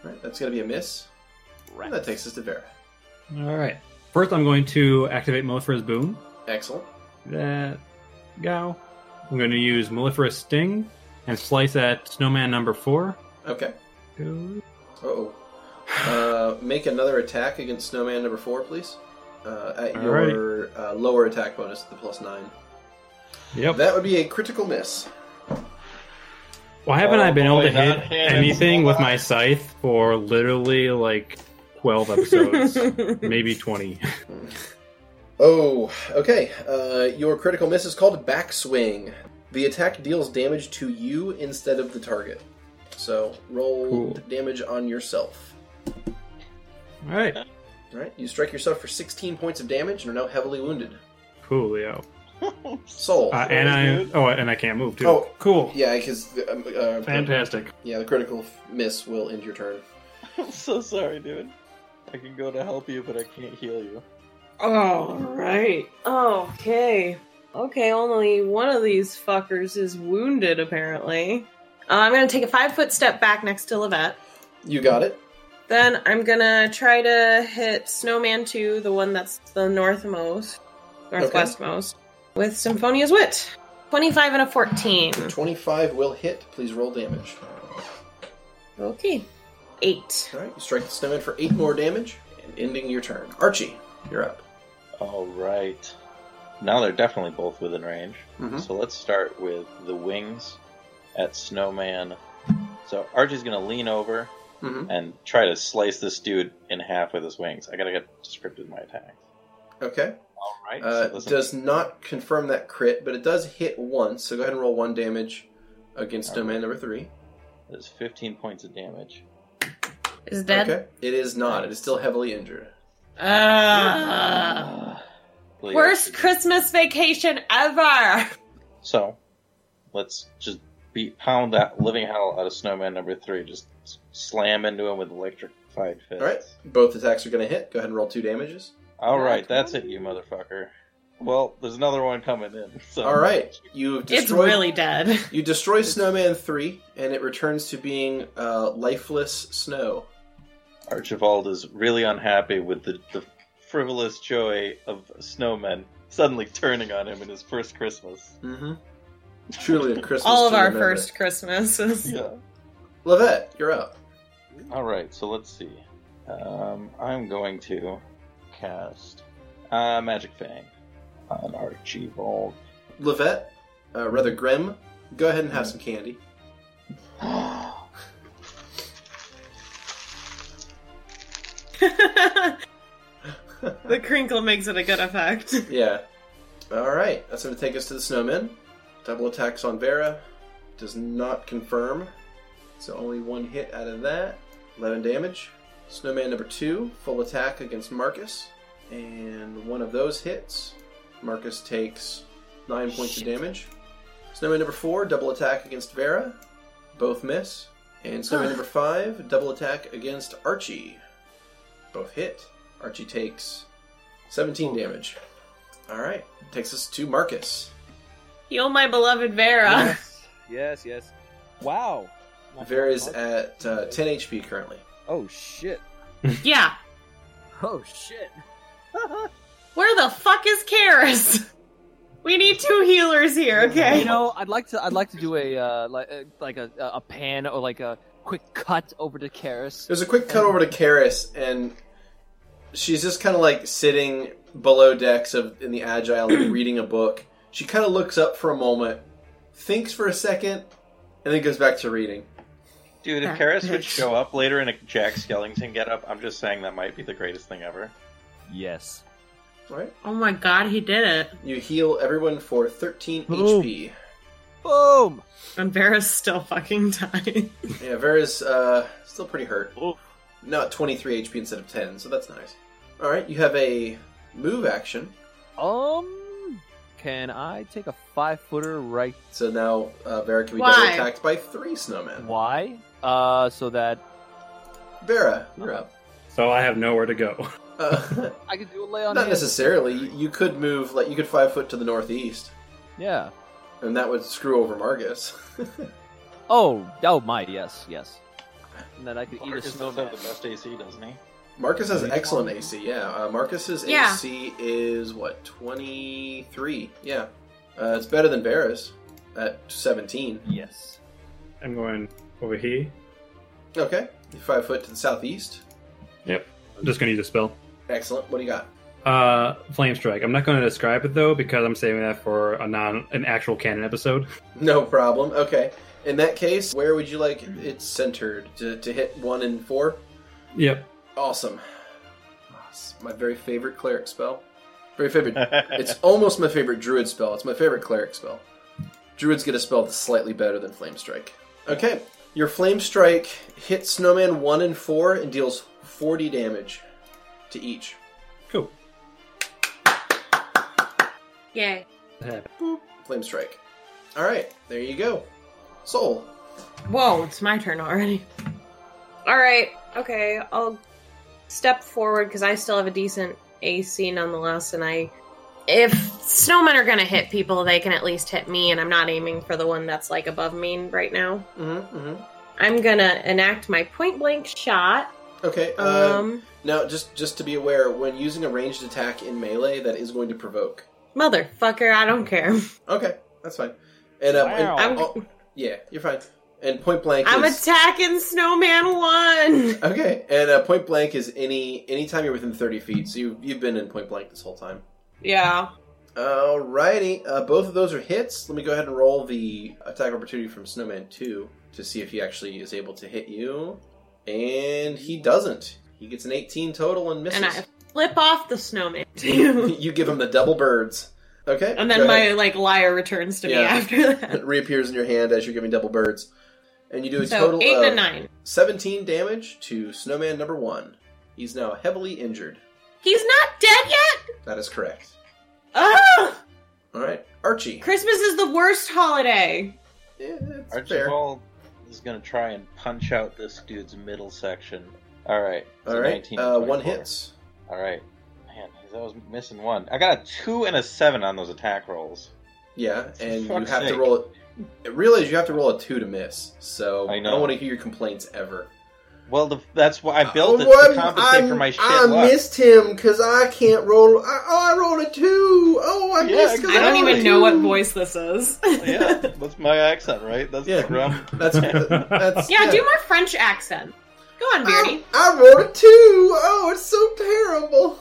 B: Right, that's going to be a miss. And that takes us to Vera.
G: All right. First, I'm going to activate Maleferous Boom.
B: Excellent.
G: That go. I'm going to use Maleferous Sting and slice at Snowman number four.
B: Okay.
G: Go.
B: Uh-oh. Uh, make another attack against Snowman number four, please. Uh, at
G: All
B: your uh, lower attack bonus, the plus nine.
G: Yep.
B: That would be a critical miss.
G: Why haven't I been
H: Oh,
G: able to
H: boy,
G: hit
H: not him.
G: anything with my scythe for literally like 12 episodes? Maybe 20.
B: Oh, okay. Uh, your critical miss is called backswing. The attack deals damage to you instead of the target. So roll
G: Cool.
B: d- damage on yourself.
G: All right.
B: All right, you strike yourself for 16 points of damage and are now heavily wounded.
G: Coolio.
B: Soul.
G: Uh, and I oh, and I can't move too.
B: Oh.
G: cool.
B: yeah, because um, uh,
G: Fantastic.
B: yeah, the critical f- miss will end your turn.
H: I'm so sorry, dude. I can go to help you, but I can't heal you.
E: All right. Okay. Okay, only one of these fuckers is wounded, apparently. Uh, I'm going to take a five foot step back next to Levette.
B: You got it.
E: Then I'm going to try to hit Snowman 2, the one that's the northmost, northwestmost, with Symphonia's Wit. 25 and a 14.
B: 25 will hit. Please roll damage.
E: Okay. Eight.
B: All right, you strike the snowman for eight more damage, and ending your turn. Archie, you're up.
H: All right. Now they're definitely both within range.
B: Mhm.
H: So let's start with the wings at Snowman. So Archie's gonna lean over
B: Mhm.
H: and try to slice this dude in half with his wings. I gotta get descriptive with my attack.
B: Okay.
H: All right.
B: Uh,
H: so listen-
B: does not confirm that crit, but it does hit once. So go ahead and roll one damage against
H: Okay.
B: snowman number three.
H: That's 15 points of damage.
E: Is dead?
B: Okay. It is not. It is still heavily injured.
E: Ah.
H: Please.
E: Worst Christmas vacation ever.
H: So let's just beat pound that living hell out of Snowman number three. Just s- slam into him with electrified fists.
B: All right. Both attacks are going to hit. Go ahead and roll two damages.
H: All right, that's it, you motherfucker. Well, there's another one coming in. So.
B: All right. You have
E: It's
B: destroyed.
E: really dead.
B: You destroy Snowman 3, and it returns to being uh, lifeless snow.
H: Archibald is really unhappy with the, the frivolous joy of snowmen suddenly turning on him in his first Christmas.
B: Mm-hmm. Truly a Christmas.
E: All of
B: to
E: our
B: remember.
E: first Christmases.
H: Yeah.
B: Levette, you're up.
H: All right, so let's see. Um, I'm going to cast uh, Magic Fang on Archibald.
B: Levette, uh, rather Grim, go ahead and have some candy.
E: the crinkle makes it a good effect.
B: Yeah. All right, that's going to take us to the snowmen. Double attacks on Vera. Does not confirm. So only one hit out of that. 11 damage. Snowman number 2, full attack against Marcus. And one of those hits. Marcus takes 9 points of damage. Snowman number 4, double attack against Vera. Both miss. And snowman number 5, double attack against Archie. Both hit. Archie takes 17 damage. Alright, takes us to Marcus.
E: Heal my beloved Vera.
D: Yes, yes, yes. Wow. Not
B: Vera's
D: much.
B: at uh, 10 HP currently.
D: Oh shit.
E: yeah.
D: Oh shit.
E: Where the fuck is Karis? We need two healers here, okay?
D: You know, I'd like to. I'd like to do a uh, like uh, like a a pan or like a quick cut over to Karis.
B: There's a quick cut over to Karis, and she's just kind of like sitting below decks of in the agile, like reading a book. She kind of looks up for a moment, thinks for a second, and then goes back to reading.
H: Dude, if
E: That
H: Karis would
E: bitch.
H: show up later in a Jack Skellington getup, I'm just saying that might be the greatest thing ever.
D: Yes.
B: All right,
E: Oh my god, he did it.
B: you heal everyone for 13
D: Boom.
B: HP.
D: Boom.
E: And Vera's still fucking dying.
B: Yeah, Vera's uh, still pretty hurt.
D: Oof.
B: Now at 23 HP instead of 10, so that's nice. All right, you have a move action.
D: Um, can I take a five footer right?
B: So now uh, Vera can be double
E: Why?
B: attacked by three snowmen.
D: Why? Uh, so that
B: Vera, you're up.
C: So I have nowhere to go.
B: Uh,
D: I can do a lay on
B: Not
D: hands.
B: necessarily. You you could move like you could five foot to the northeast,
D: Yeah.
B: and that would screw over Margus.
D: Oh, oh my, yes, yes. And then I could eat a
H: Marcus does
D: snowman.
H: have the best AC, doesn't he?
B: Marcus has excellent AC. Yeah, uh, Marcus's
E: Yeah.
B: AC is what twenty three. Yeah, uh, it's better than Varus at seventeen.
D: Yes.
C: I'm going over here.
B: Okay, you five foot to the southeast.
C: I'm just going to use a spell.
B: Excellent. What do you got?
C: Uh, flame strike. I'm not going to describe it though because I'm saving that for a non an actual canon episode.
B: No problem. Okay. In that case, where would you like it centered to, to hit one and four?
C: Yep.
B: Awesome. It's my very favorite cleric spell. Very favorite It's almost my favorite druid spell. It's my favorite cleric spell. Druids get a spell that's slightly better than Flame Strike. Okay, your Flame Strike hits Snowman 1 and 4 and deals 40 damage to each.
C: Cool.
E: Yay.
B: Flame Strike. Alright, there you go. Soul.
E: Whoa, it's my turn already. Alright, okay, I'll step forward because I still have a decent AC nonetheless, and I. If snowmen are gonna hit people, they can at least hit me, and I'm not aiming for the one that's like above me right now.
B: Mm-hmm, mm-hmm.
E: I'm gonna enact my point blank shot.
B: Okay, uh,
E: Um,
B: now just, just to be aware, when using a ranged attack in melee, that is going to provoke.
E: motherfucker, I don't care.
B: Okay, that's fine. And, uh, and-
D: Wow.
E: I'm-
B: oh, yeah, you're fine. And point blank
E: I'm
B: is...
E: attacking snowman one.
B: Okay, and uh, point blank is any anytime you're within thirty feet. So you you've been in point blank this whole time.
E: Yeah.
B: Alrighty, uh, both of those are hits. Let me go ahead and roll the attack opportunity from Snowman Two to see if he actually is able to hit you, and he doesn't. He gets an eighteen total and misses.
E: And I flip off the snowman too.
B: you give him the double birds. Okay,
E: and then
B: go
E: my
B: ahead.
E: like liar returns to
B: Yeah.
E: me after that.
B: It reappears in your hand as you're giving double birds, and you do a
E: So
B: total
E: eight
B: of
E: and a nine.
B: seventeen damage to Snowman Number One. He's now heavily injured.
E: He's not dead yet.
B: That is correct.
E: Ugh!
B: All right, Archie.
E: Christmas is the worst holiday.
B: Yeah, that's fair.
H: Archibald is going to try and punch out this dude's middle section. All right. it's a
B: All right,
H: 19 and
B: uh, one
H: 24.
B: hits.
H: All right. Man, I was missing one. I got a two and a seven on those attack rolls.
B: Yeah, and you
H: fuck's
B: have to
H: sake.
B: roll. It. Realize you have to roll a two to miss. So
H: I
B: I,
H: know.
B: don't want to hear your complaints ever.
H: Well, the, that's why I built it
B: Oh,
H: to compensate
B: I'm-
H: for my shit
B: I
H: luck.
B: missed him because I can't roll. I, oh, I rolled a two. Oh, I
H: Yeah,
B: missed. 'cause
E: I don't
B: rolled a
E: even know what
B: two.
E: voice this is.
H: yeah, that's my accent, right? That's
B: Yeah.
H: the ground.
B: That's that's
E: yeah, do my French accent. Go on,
B: I,
E: Beardy.
B: I rolled a two. Oh, it's so terrible.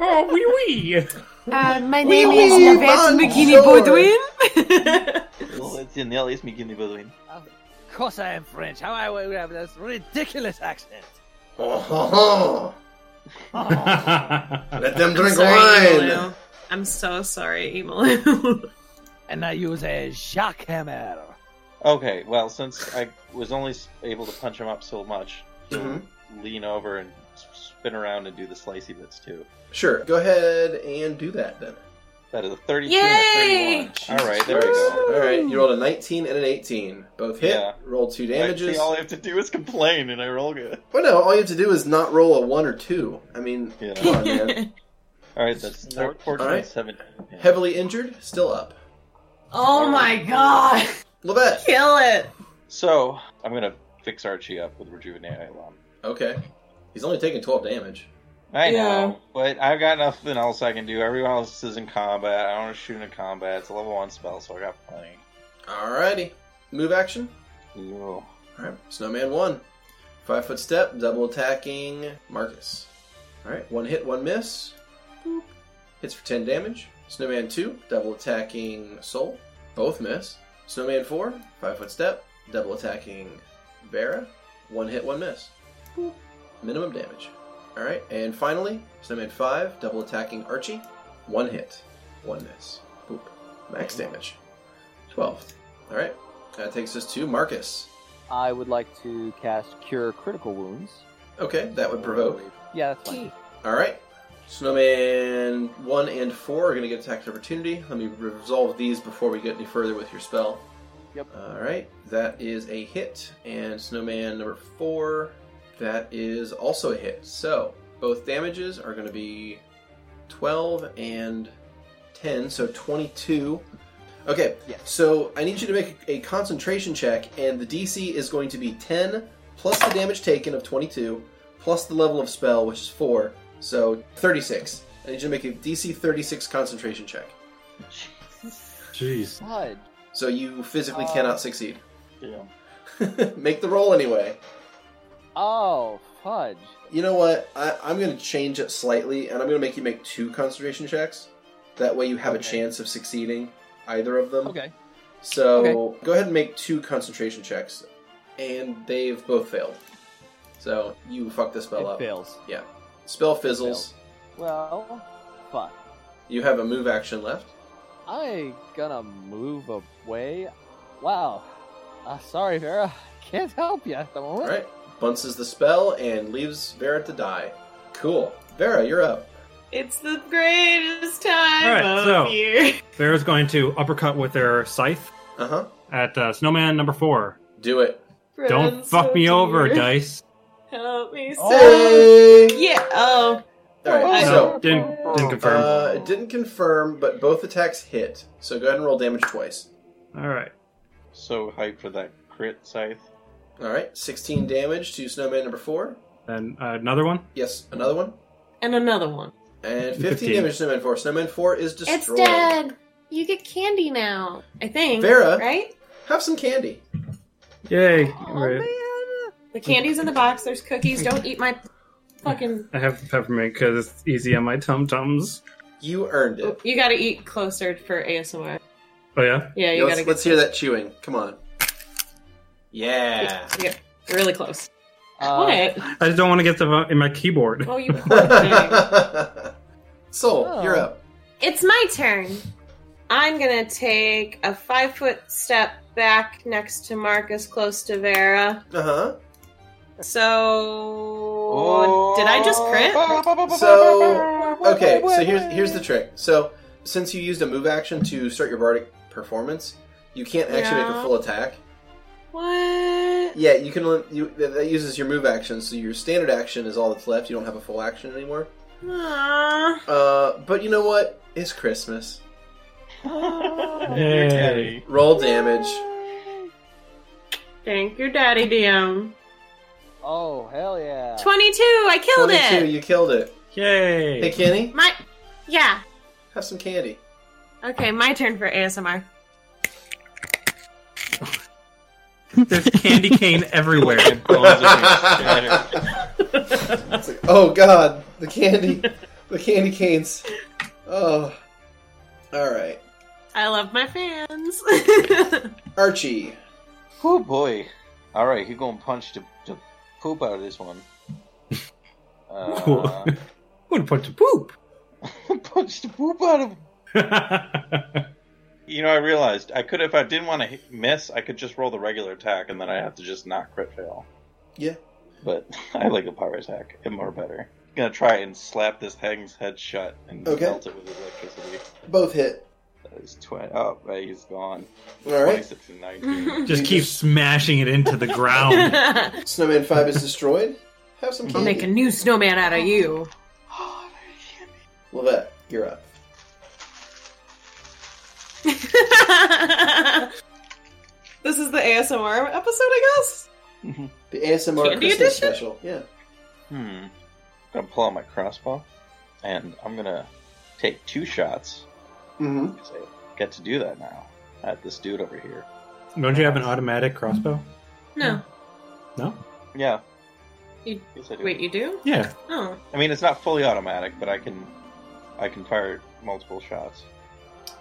C: Oh, wee wee.
A: Uh, my name
B: name is
A: is
B: Oui, Lavette
A: Lavette
B: oui, Bikini
A: Bikini
B: bonjour. Baudouin.
A: Baudouin.
H: Well, it's in the at least me give me between.
D: Of course I am French. How I would have this ridiculous accent.
B: Let them
E: I'm
B: drink
E: sorry,
B: wine.
E: Emalu. I'm so sorry, Emalu.
D: And I use a shock hammer.
H: Okay, well, since I was only s- able to punch him up so much, he'll
B: Mm-hmm.
H: lean over and s- spin around and do the slicey bits too.
B: Sure. Go ahead and do that then.
H: That is a 32 and a 31. All right, there we go.
B: All right, you rolled a 19 and an 18. Both hit.
H: Yeah.
B: Roll two
H: Like,
B: damages.
H: see, all I have to do is complain, and I roll good.
B: Well, no, all you have to do is not roll a 1 or 2. I mean,
H: Yeah.
B: come on, man.
H: All right, that's thir- 14
B: All right.
H: 17. Yeah.
B: Heavily injured, still up.
E: Oh my god!
B: Levette.
E: Kill it!
H: So I'm gonna fix Archie up with rejuvenate Alum.
B: Okay. He's only taking 12 damage.
H: I
E: Yeah.
H: know, but I've got nothing else I can do. Everyone else is in combat. I don't want to shoot in combat. It's a level one spell, so I got plenty.
B: Alrighty. Move action.
H: Ew.
B: Alright, Snowman 1. Five foot step, double attacking Marcus. Alright, one hit, one miss. Boop. Hits for 10 damage. Snowman 2, double attacking Soul. Both miss. Snowman 4, five foot step, double attacking Vera. One hit, one miss. Boop. Minimum damage. Alright, and finally, Snowman 5, double attacking Archie. One hit, one miss. Boop. Max damage. 12. Alright, that takes us to Marcus.
D: I would like to cast Cure Critical Wounds.
B: Okay, that would provoke.
D: Yeah, that's fine.
B: All right. Snowman 1 and 4 are going to get attacked opportunity. Let me resolve these before we get any further with your spell.
D: Yep.
B: All right. That is a hit. And Snowman number 4, that is also a hit. So both damages are going to be 12 and 10, so 22. Okay.
D: Yes.
B: So I need you to make a concentration check, and the DC is going to be 10 plus the damage taken of 22 plus the level of spell, which is 4, so 36. I need you to make a DC 36 concentration check.
F: Jeez.
D: Fudge.
B: So you physically
D: Oh.
B: cannot succeed.
H: Damn.
B: make the roll anyway.
D: Oh, fudge.
B: You know what? I, I'm going to change it slightly, and I'm going to make you make two concentration checks. That way you have a
D: Okay.
B: chance of succeeding either of them.
D: Okay.
B: So go ahead and make two concentration checks, and they've both failed. So you fuck the spell
D: it
B: up.
D: fails.
B: Spell fizzles.
D: Well, fuck.
B: You have a move action left.
D: I gonna move away. Wow. Uh, sorry, Vera. Can't help you at the
B: All
D: moment.
B: right, bounces the spell and leaves Vera to die. Cool. Vera, you're up.
E: It's the greatest time
G: Alright,
E: of
G: so-
E: year.
G: Vera's going to uppercut with her scythe
B: Uh huh.
G: at uh, Snowman number four.
B: Do it.
G: Don't
E: Friends
G: fuck
E: of
G: me over,
E: year.
G: dice.
E: Help me save.
B: Say.
E: Oh. Yeah. Oh.
B: All right.
E: I-
B: So
G: No, didn't, didn't confirm.
B: uh, it didn't confirm, but both attacks hit. So go ahead and roll damage twice.
G: All right.
H: So hyped for that crit scythe.
B: All right, 16 damage to Snowman number four.
G: And uh, another one.
B: Yes, another one.
E: And another one.
B: And 15,
G: 15.
B: damage to Snowman 4. Snowman 4 is
E: It's
B: destroyed.
E: dead. You get candy now. I think.
B: Vera?
E: Right?
B: Have some candy.
G: Yay!
D: Oh,
G: All right.
D: man.
E: The candy's in the box. There's cookies. Don't eat my fucking.
G: I have peppermint because it's easy on my tum tums.
B: You earned it.
E: You gotta eat closer for ASMR.
G: Oh yeah.
E: Yeah,
B: Yeah,
E: you
B: let's
E: gotta
B: let's hear that chewing. Come on. Yeah.
E: get yeah, really close.
D: Uh,
E: what?
G: I just don't want to get them in my keyboard.
E: Oh, you poor thing.
B: Soul,
D: Oh.
B: you're up.
E: It's my turn. I'm gonna take a five foot step back next to Marcus, close to Vera.
B: Uh huh.
E: So, did I just crit?
B: So okay, so here's here's the trick. So since you used a move action to start your bardic performance, you can't actually make a
E: Yeah.
B: full attack.
E: What?
B: Yeah, you can. only- You, that that uses your move action, so your standard action is all that's left. You don't have a full action anymore.
E: Aww.
B: Uh, but you know what? It's Christmas.
H: You're
G: Yay.
H: Teddy.
B: Roll damage.
E: Thank you, Daddy DM.
D: Oh, hell yeah.
E: 22, I killed
B: Twenty-two.
E: it!
B: You killed it.
G: Yay!
B: Hey, Kenny,
E: My, yeah.
B: have some candy.
E: Okay, my turn for ASMR.
G: There's candy cane everywhere.
H: Bones are being shattered.
B: Oh God, the candy, the candy canes. Oh, all right,
E: I love my fans.
B: Archie.
H: Oh boy. Alright, he gonna punch the, the poop out of this one.
G: Cool.
H: Uh,
G: I'm gonna punch a poop.
H: punch the poop out of
G: All
H: You know, I realized I could, if I didn't want to miss, I could just roll the regular attack, and then I have to just not crit fail.
B: Yeah.
H: But I like a power attack and more better. gonna try and slap this thing's head shut and
B: Okay.
H: melt it with electricity.
B: Both hit.
H: That is twenty. Oh, right, he's gone.
B: All right.
H: Twenty-six and nineteen.
G: Just keep smashing it into the ground.
B: Snowman Five is destroyed. Have some
E: I'll
B: candy.
E: make a new snowman out of you.
B: Levette, you're up.
E: this is the ASMR episode, I guess.
B: The ASMR
E: Candy
B: Christmas
E: edition?
B: special. Yeah.
H: hmm. I'm gonna pull out my crossbow, and I'm gonna take two shots
B: Mm-hmm.
H: 'cause I get to do that now at this dude over here.
G: Don't you have an automatic crossbow?
E: No.
G: No.
H: Yeah.
E: You-
H: Yes, I do.
E: Wait, you do?
G: Yeah.
E: Oh.
H: I mean, it's not fully automatic, but I can, I can fire multiple shots.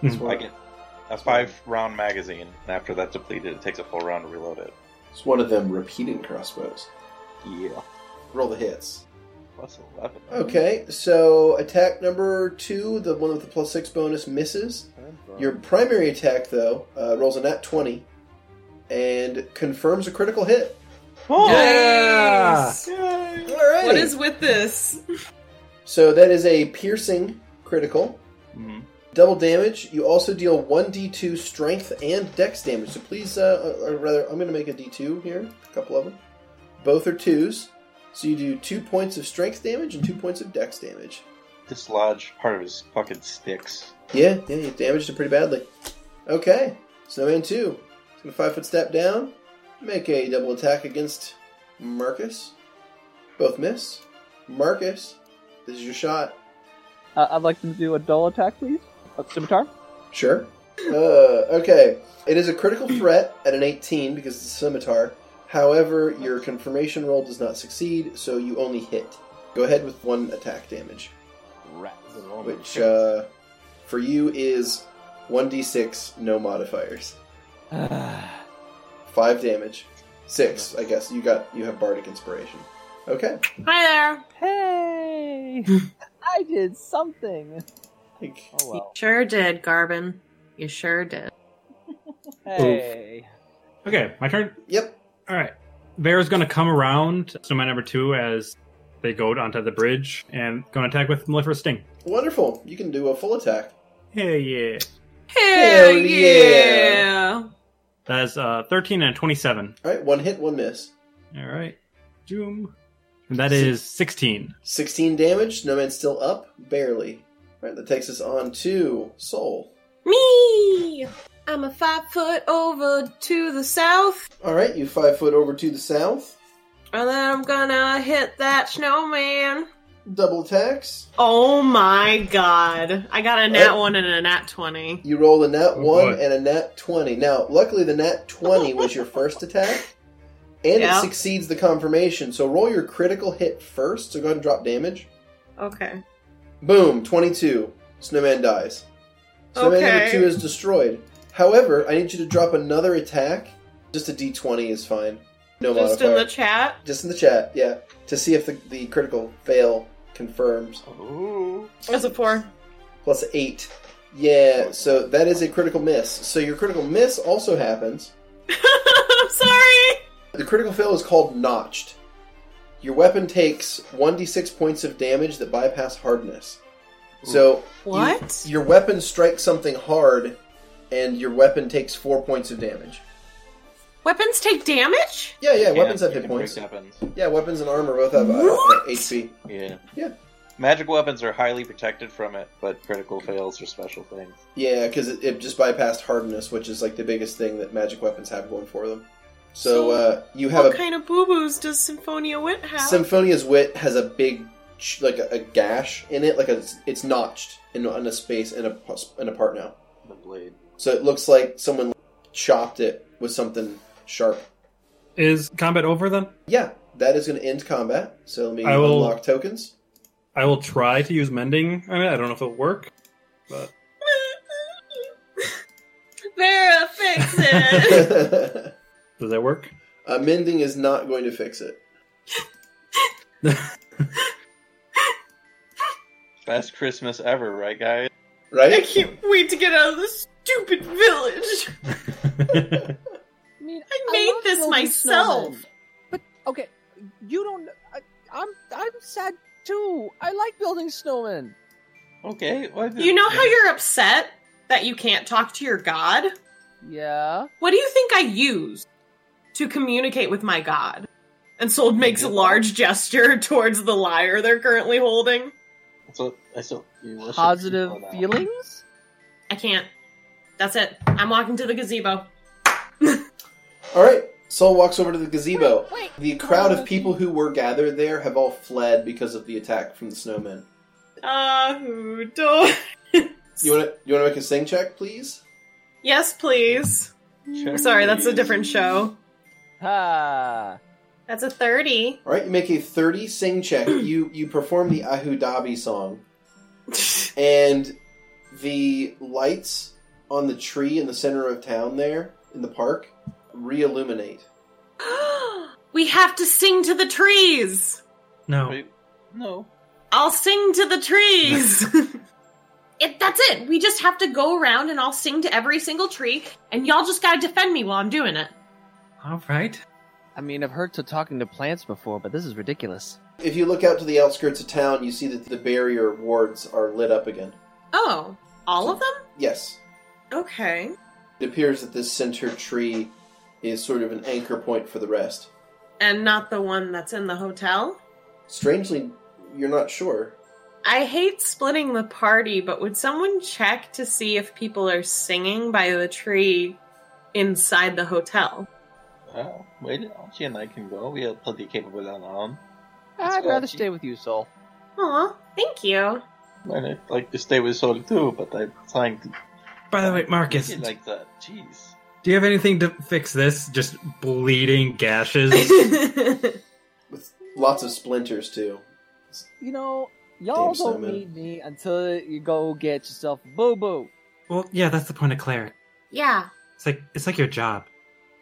B: That's
H: I
B: one,
H: get a five-round magazine, and after that's depleted, it takes a full round to reload it.
B: it's one of them repeating crossbows.
H: Yeah.
B: Roll the hits.
H: Plus eleven.
B: Okay, so attack number two, the one with the plus six bonus, misses. Your primary attack, though, uh, rolls a nat 20 and confirms a critical hit.
E: Oh! Nice.
B: All right.
E: What is with this?
B: so that is a piercing critical.
H: hmm
B: Double damage. You also deal 1d2 strength and dex damage. So please, uh, or rather, I'm going to make a d2 here, a couple of them. Both are twos. So you do two points of strength damage and two points of dex damage.
H: Dislodge part of his fucking sticks.
B: Yeah, yeah, you damaged it pretty badly. Okay, Snowman 2. It's going to five foot step down, make a double attack against Marcus. Both miss. Marcus, this is your shot.
D: Uh, I'd like them to do a dull attack, please. A scimitar.
B: Sure. Uh, okay, it is a critical threat at an 18 because it's a scimitar. However, your confirmation roll does not succeed, so you only hit. Go ahead with one attack damage,
H: Rats.
B: which uh, for you is 1d6, no modifiers. Five damage. Six, I guess. You got you have Bardic inspiration. Okay.
E: Hi there.
D: hey, I did something. Oh
E: You
D: well.
E: sure did, Garvin. You sure did.
D: Hey.
G: Okay, my turn.
B: Yep.
G: All right. Vera's going to come around snowman number two as they go onto the bridge and going to attack with Maleficent Sting.
B: Wonderful. You can do a full attack.
G: Hey, yeah.
E: Hell
B: Hell yeah.
E: yeah.
G: That is uh, 13 and 27.
B: All right. One hit, one miss.
G: All right. Doom. And that is 16.
B: 16 damage. Snowman's still up. Barely. All right. That takes us on to Soul.
E: Me! I'm a five foot over to the south,
B: All right. You five foot over to the south.
E: and then I'm gonna hit that snowman.
B: Double attacks.
E: Oh my god. I got a nat
B: Eh?
E: 1 and a nat 20.
B: You roll a nat
G: Oh,
B: one
G: boy.
B: and a nat 20. Now, luckily, the nat 20 was your first attack. And
E: Yeah.
B: it succeeds the confirmation. So roll your critical hit first. So go ahead and drop damage.
E: Okay.
B: Boom, 22. Snowman dies. Snowman number
E: Okay.
B: 2 is destroyed. However, I need you to drop another attack. Just a d20 is fine. No
E: Just
B: modifier.
E: in the chat.
B: Just in the chat, yeah. To see if the, the critical fail confirms.
H: Ooh.
E: That's a 4.
B: Plus 8. Yeah, so that is a critical miss. So your critical miss also happens.
E: I'm sorry!
B: The critical fail is called notched. Your weapon takes 1d6 points of damage that bypass hardness. So
E: What?
B: Your weapon strikes something hard, and your weapon takes four points of damage.
E: Weapons take damage?
B: Yeah, yeah, weapons
H: Yeah,
B: have hit
H: you can break
B: points.
H: Weapons.
B: Yeah, weapons and armor both have uh,
E: What?
B: HP.
H: Yeah.
B: Yeah.
H: Magic weapons are highly protected from it, but critical fails are special things.
B: Yeah, because it, it just bypassed hardness, which is like the biggest thing that magic weapons have going for them. So
E: So,
B: uh, you have
E: What
B: a
E: kind of boo boos does Symphonia Wit have?
B: Symphonia's wit has a big ch- like a, a gash in it, like a, it's notched in, in a space in a pus- in a part now.
H: The blade.
B: So it looks like someone chopped it with something sharp.
G: Is combat over then?
B: Yeah, that is going to end combat. So let me
G: I will-
B: unlock tokens.
G: I will try to use mending. I mean, I don't know if it'll work. But
E: Vera, fix it!
B: uh,
G: does that work?
B: mending is not going to fix it.
H: Best Christmas ever, right, guys?
E: I
B: Right?
E: can't wait to get out of this stupid village.
J: I mean,
E: I made
J: love
E: this
J: building
E: myself.
J: snowmen. But okay, you don't. I, I'm I'm sad too. I like building snowmen.
H: Okay. Well, I did-
E: You know how you're upset that you can't talk to your god?
J: Yeah.
E: What do you think I used to communicate with my god? And Sold makes a large gesture towards the lyre they're currently holding.
H: That's what that's what you worship
J: Positive
H: people now.
J: feelings.
E: I can't. That's it. I'm walking to the gazebo.
B: All right. Saul walks over to the gazebo.
J: Wait,
B: The crowd of people who were gathered there have all fled because of the attack from the snowmen.
E: Uh, who do-
B: You want to you want to make a sing check, please?
E: Yes, please.
H: Check
E: Sorry, that's a
H: these.
E: different show.
J: Ha.
E: That's a 30.
B: All right, you make a thirty sing check. you you perform the Ahudabi song, and the lights on the tree in the center of town there in the park re-illuminate.
E: we have to sing to the trees.
G: No.
H: Wait, no.
E: I'll sing to the trees. it, that's it. We just have to go around and I'll sing to every single tree, and y'all just gotta defend me while I'm doing it.
G: All right.
D: I mean, I've heard to talking to plants before, but this is ridiculous.
B: If you look out to the outskirts of town, you see that the barrier wards are lit up again.
E: Oh, all of them?
B: Yes,
E: Okay.
B: it appears that this center tree is sort of an anchor point for the rest.
E: And not the one that's in the hotel?
B: Strangely, you're not sure.
E: I hate splitting the party, but would someone check to see if people are singing by the tree inside the hotel?
H: Oh, wait, Archie and I can go. We are plenty capable on our own.
D: I'd
H: go,
D: rather
H: Chi.
D: stay with you, Sol.
E: Aw, thank you.
H: And I'd like to stay with Sol too, but I'm trying to.
G: By the way, Marcus,
H: He like that. Jeez.
G: do you have anything to fix this? Just bleeding gashes.
B: With lots of splinters too.
J: You know, y'all
B: Damn
J: don't
B: snowmen.
J: need me until you go get yourself boo boo.
G: well, yeah, that's the point of cleric.
E: yeah,
G: It's like it's like your job.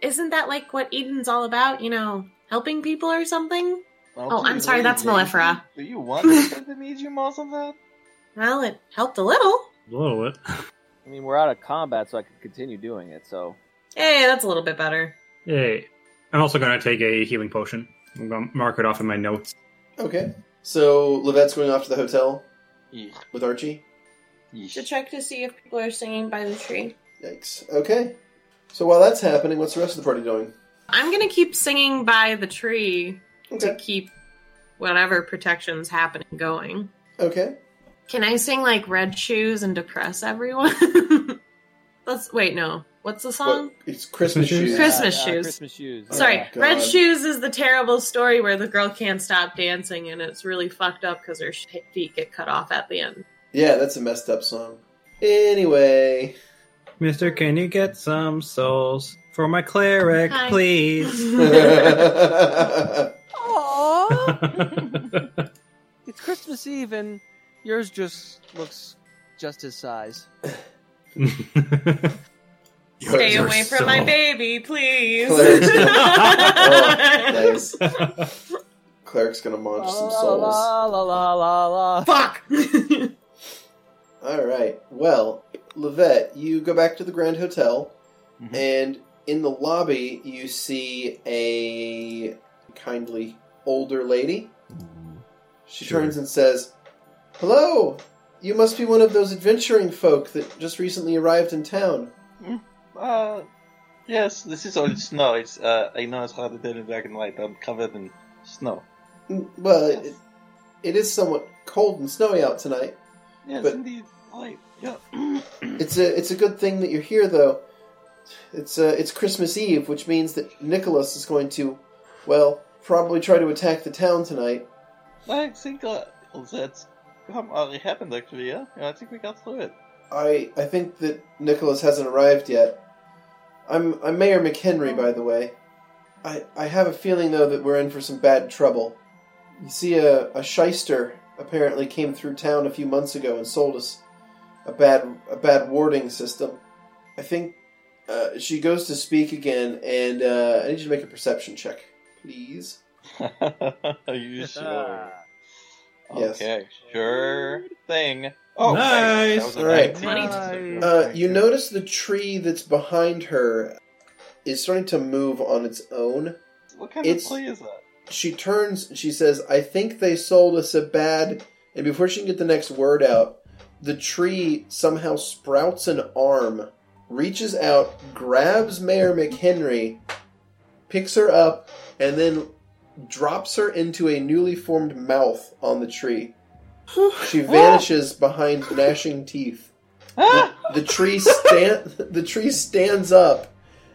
E: isn't that like what Eden's all about? You know, helping people or something?
H: Archie,
E: Oh, I'm
H: is
E: sorry,
H: that
E: that's
H: your name?
E: Mellifera.
H: Do you want me to need you more than that?
E: Well, it helped a little.
G: Blow it.
D: I mean, we're out of combat, so I can continue doing it. So
E: Hey, that's a little bit better.
G: Hey. I'm also going to take a healing potion. I'm going to mark it off in my notes.
B: Okay, so Levette's going off to the hotel
H: Yeesh,
B: with Archie.
H: yeesh.
E: To check to see if people are singing by the tree.
B: Yikes. Okay. So while that's happening, what's the rest of the party doing?
E: I'm gonna keep singing by the tree to
B: Okay.
E: keep whatever protections happening going.
B: Okay.
E: Can I sing like Red Shoes and depress everyone? Let's wait. No, what's the song?
B: Well, it's Christmas
G: Christmas
B: shoes.
G: shoes?
E: Christmas
D: Yeah,
E: shoes.
D: Christmas shoes.
B: Oh,
E: Sorry,
B: God.
E: Red Shoes is the terrible story where the girl can't stop dancing and it's really fucked up because her sh- feet get cut off at the end.
B: Yeah, that's a messed up song. Anyway,
G: Mister, can you get some souls for my cleric,
E: Hi.
G: please?
B: I
J: Aww. it's Christmas Eve, and yours just looks just his size.
E: Stay
G: You're
E: away from
G: so-
E: my baby, please.
B: Claire's- Oh, nice. Cleric's gonna munch some souls.
J: La la la la la.
E: Fuck.
B: All right. Well, Levette, you go back to the Grand Hotel,
H: Mhm.
B: and in the lobby, you see a kindly older lady. She
K: Sure.
B: turns and says, Hello! You must be one of those adventuring folk that just recently arrived in town.
H: Uh, yes, this is all snow. It's uh, I know it's hard to tell in black and white. I'm covered in snow.
B: Mm, Well, it, it is somewhat cold and snowy out tonight.
H: Yes,
B: But-
H: indeed. Like, yeah.
B: It's a it's a good thing that you're here, though. It's uh, it's Christmas Eve, which means that Nicholas is going to, well, probably try to attack the town tonight.
H: I think uh, that's already happened actually. Yeah, yeah. I think we got through it.
B: I I think that Nicholas hasn't arrived yet. I'm I'm Mayor McHenry, by the way. I I have a feeling though that we're in for some bad trouble. You see, a a shyster apparently came through town a few months ago and sold us a bad a bad warding system. I think uh, she goes to speak again, and uh, I need you to make a perception check, please.
H: Are you sure?
B: Yes.
H: Okay, sure thing. Oh,
L: nice.
H: All
B: right.
H: Nice.
B: Uh, you notice the tree that's behind her is starting to move on its own.
H: What kind
B: It's-
H: of play is that?
B: She turns and she says, I think they sold us a bad. And before she can get the next word out, the tree somehow sprouts an arm, reaches out, grabs Mayor McHenry, picks her up, and then drops her into a newly formed mouth on the tree. She vanishes behind gnashing teeth.
H: Ah,
B: The, the tree stand, the tree stands up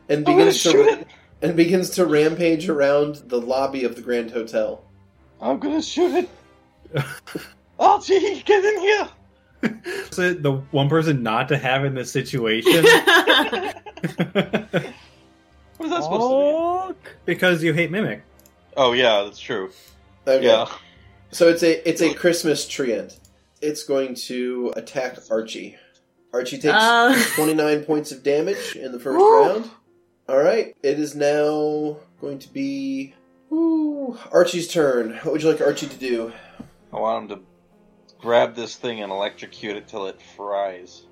B: and
H: I'm gonna
B: begins
H: Oh, shoot
B: to
H: it.
B: and begins to rampage around the lobby of the Grand Hotel.
H: I'm gonna shoot it. oh, gee, get in here.
G: So the one person not to have in this situation
H: What is that
D: Oh,
G: to
H: supposed
G: be? Because you hate mimic.
H: Oh yeah, that's true.
B: Okay.
H: Yeah.
B: So it's a it's a Christmas treant. It's going to attack Archie. Archie takes
E: Oh.
B: 29 points of damage in the first
E: Woo.
B: round. All right, it is now going to be ooh, Archie's turn. What would you like Archie to do?
H: I want him to grab this thing and electrocute it till it fries.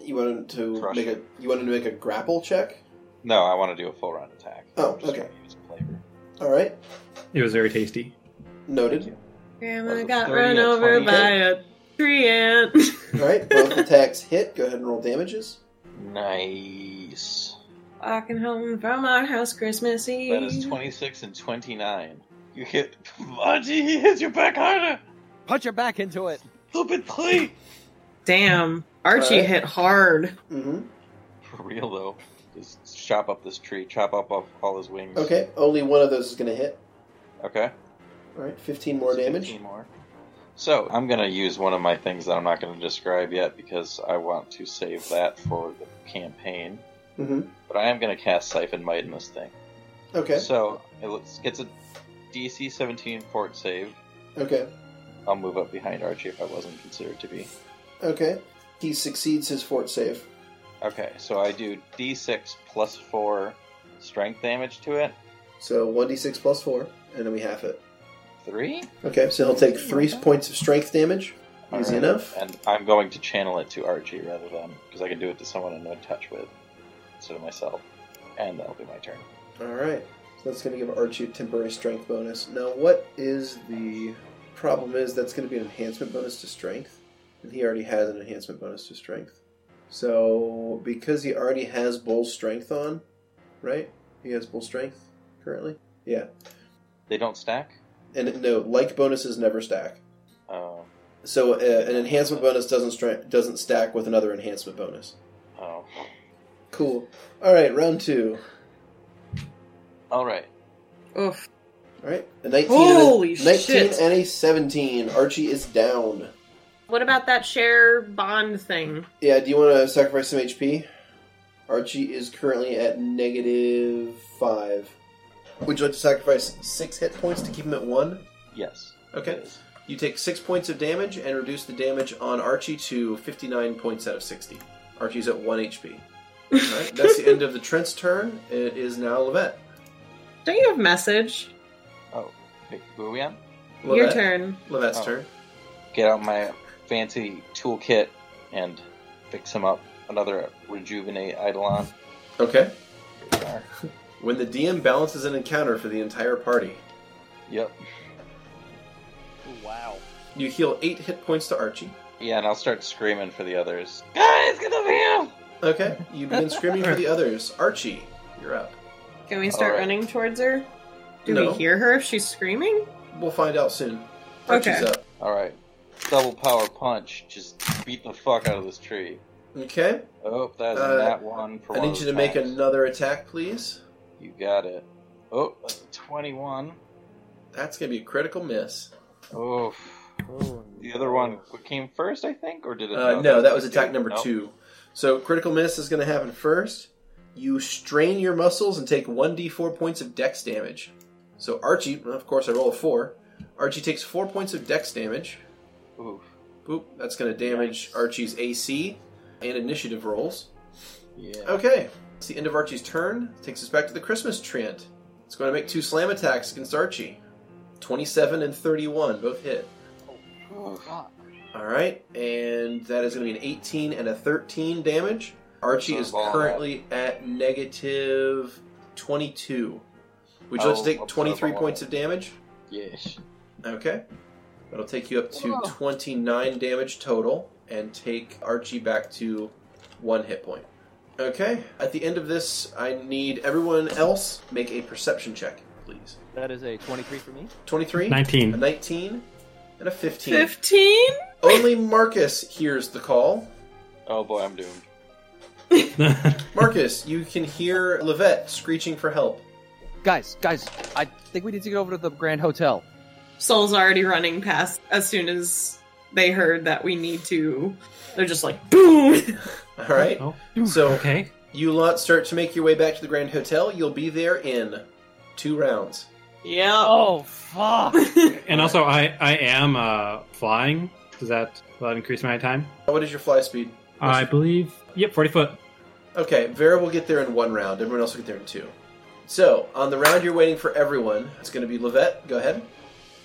B: You want him to
H: Crush
B: make a
H: it.
B: you want him to make a grapple check?
H: No, I want to do a full round attack.
B: Oh,
H: I'm just
B: okay.
H: gonna use flavor.
B: All right,
G: It was very tasty.
B: noted.
E: Grandma got
H: 30
E: run
H: and
E: over
H: 20.
E: by a tree ant.
B: All right, both attacks hit. Go ahead and roll damages.
H: Nice.
E: Walking home from our house Christmas Eve.
H: That is 26 and 29. You hit. Archie, he hits you back harder!
D: Punch her back into it.
H: Stupid play!
E: Damn, Archie
B: Alright.
E: hit hard.
B: Mm-hmm.
H: For real though. Just chop up this tree, chop up off all his wings.
B: Okay, only one of those is going to hit.
H: Okay.
B: All right, 15 more damage.
H: 15 more. So, I'm gonna use one of my things that I'm not gonna describe yet because I want to save that for the campaign.
B: Mm-hmm.
H: But I am gonna cast Siphon Might in this thing.
B: Okay.
H: So, it looks, gets a DC 17 fort save.
B: Okay.
H: I'll move up behind Archie if I wasn't considered to be.
B: Okay. He succeeds his fort save.
H: Okay, so I do D6 plus 4 strength damage to it.
B: So 1d6 plus 4, and then we half it.
H: 3?
B: Okay, so he'll take 3 points of strength damage. Easy
H: Alright,
B: enough.
H: And I'm going to channel it to Archie rather than because I can do it to someone I'm in touch with instead of myself. And that'll be my turn.
B: Alright. So that's going to give Archie a temporary strength bonus. Now, what is the problem is that's going to be an enhancement bonus to strength, and he already has an enhancement bonus to strength. So, because he already has bull strength on, right? He has bull strength currently? Yeah.
H: They don't stack.
B: And no, like bonuses never stack.
H: Oh,
B: So uh, an enhancement bonus doesn't stra- doesn't stack with another enhancement bonus.
H: oh.
B: Cool. All right, round two.
H: All right.
E: Oof.
B: All right, a nineteen,
E: Holy
B: and a, 19
E: shit.
B: and a seventeen. Archie is down.
E: What about that share bond thing?
B: Yeah, do you want to sacrifice some HP? Archie is currently at negative five. Would you like to sacrifice six hit points to keep him at one?
H: Yes.
B: Okay.
H: It is.
B: You take six points of damage and reduce the damage on Archie to 59 points out of 60. Archie's at 1 HP. Alright, that's the end of the Trent's turn. It is now Levette.
E: Don't you have message?
H: Oh, wait, who are we on?
B: Levette.
E: Your turn.
B: Levette's
H: Oh.
B: turn.
H: Get out my fancy toolkit and fix him up. Another rejuvenate Eidolon.
B: Okay.
H: Here we are.
B: When the DM balances an encounter for the entire party,
H: Yep.
D: Wow.
B: you heal 8 hit points to Archie.
H: Yeah, and I'll start screaming for the others. Guys, get over here!
B: Okay, you begin screaming for the others. Archie, you're up.
E: Can we start
H: Alright.
E: running towards her? Do
B: No.
E: we hear her if she's screaming?
B: We'll find out soon. Archie's
E: Okay.
B: up.
H: All right. Double power punch. Just beat the fuck out of this tree.
B: Okay,
H: Oh, that's
B: Uh,
H: that one. For
B: I
H: one
B: need
H: of
B: you
H: the
B: to make
H: times.
B: another attack, please.
H: You got it. Oh, that's a 21.
B: That's going to be a critical miss.
H: Oh, the other one came first, I think, or did it?
B: Uh, no, that was
H: attack
B: attack number
H: Nope.
B: two. So critical miss is going to happen first. You strain your muscles and take one d4 points of dex damage. So Archie, well, of course, I roll a four. Archie takes four points of dex damage.
H: Oof.
B: Boop. That's going to damage Archie's AC and initiative rolls.
H: Yeah.
B: Okay, it's the end of Archie's turn. Takes us back to the Christmas treant. It's going to make two slam attacks against Archie. Twenty-seven and thirty-one both hit.
H: Oof.
B: All right, and that is going to be an 18 and a 13 damage. Archie is
H: Not bad.
B: currently at negative 22. Would you like
H: Oh,
B: to take
H: that's
B: 23
H: not bad.
B: points of damage?
H: Yes.
B: Okay. That'll take you up to
H: Whoa.
B: 29 damage total and take Archie back to one hit point. Okay. At the end of this, I need everyone else make a perception check, please.
J: That is a 23 for me.
B: 23,
G: 19.
B: a 19, and a 15.
E: 15?
B: Only Marcus hears the call.
H: Oh boy, I'm doomed.
G: Oh,
B: Marcus, you can hear Levette screeching for help.
J: Guys, guys, I think we need to get over to the Grand Hotel.
E: Soul's already running past as soon as they heard that we need to. They're just like, boom!
B: All right.
G: Oh,
B: So
G: okay.
B: you lot start to make your way back to the Grand Hotel. You'll be there in two rounds.
E: Yeah.
J: Oh, fuck.
G: And also, I I am uh, flying. Does that will that increase my time?
B: What is your fly speed?
G: I believe. Yep, forty foot.
B: Okay, Vera will get there in one round. Everyone else will get there in two. So on the round you're waiting for everyone, it's going to be Levette. Go ahead.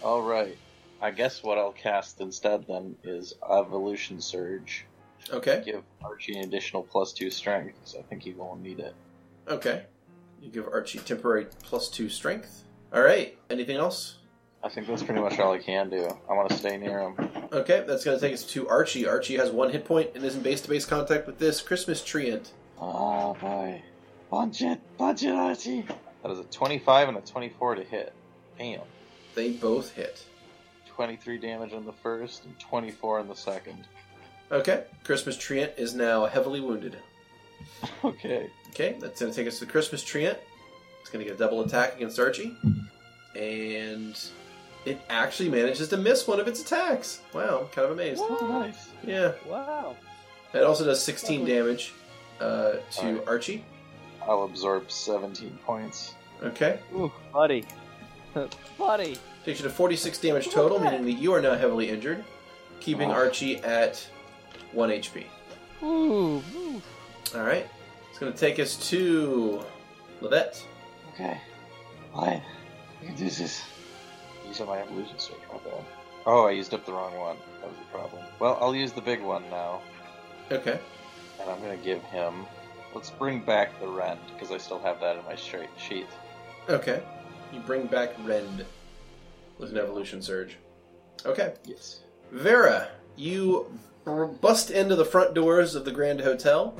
H: All right. I guess what I'll cast instead then is Evolution Surge.
B: Okay.
H: Give Archie an additional plus two strength because I think he will need it.
B: Okay. You give Archie temporary plus two strength. All right. Anything else?
H: I think that's pretty much all I can do. I want to stay near him.
B: Okay, that's going to take us to Archie. Archie has one hit point and is in base to base contact with this Christmas tree ant.
H: Oh boy. Punch it, punch it, Archie. That is a 25 and a 24 to hit. Damn.
B: They both hit.
H: 23 damage on the first and 24 on the second.
B: Okay, Christmas tree ant is now heavily wounded.
H: Okay.
B: Okay, that's going to take us to the Christmas tree ant. It's going to get a double attack against Archie. And it actually manages to miss one of its attacks. Wow, I'm kind of amazed.
H: Nice.
B: Yeah,
J: Wow.
B: it also does 16 damage uh, to
H: Alright.
B: Archie.
H: I'll absorb 17 points.
B: Okay,
J: Ooh, buddy. buddy.
B: takes you to 46 damage total, meaning that you are now heavily injured, keeping
H: Oh.
B: Archie at 1 HP.
J: Ooh, ooh.
B: All right. It's going to take us to Levette.
H: Okay. Alright. We can do this. Use up my evolution surge, my bad. Oh, I used up the wrong one. That was the problem. Well, I'll use the big one now,
B: Okay.
H: and I'm gonna give him. Let's bring back the rend, because I still have that in my straight sheet.
B: Okay. You bring back Rend with an evolution surge. Okay.
H: Yes.
B: Vera, you bust into the front doors of the Grand Hotel,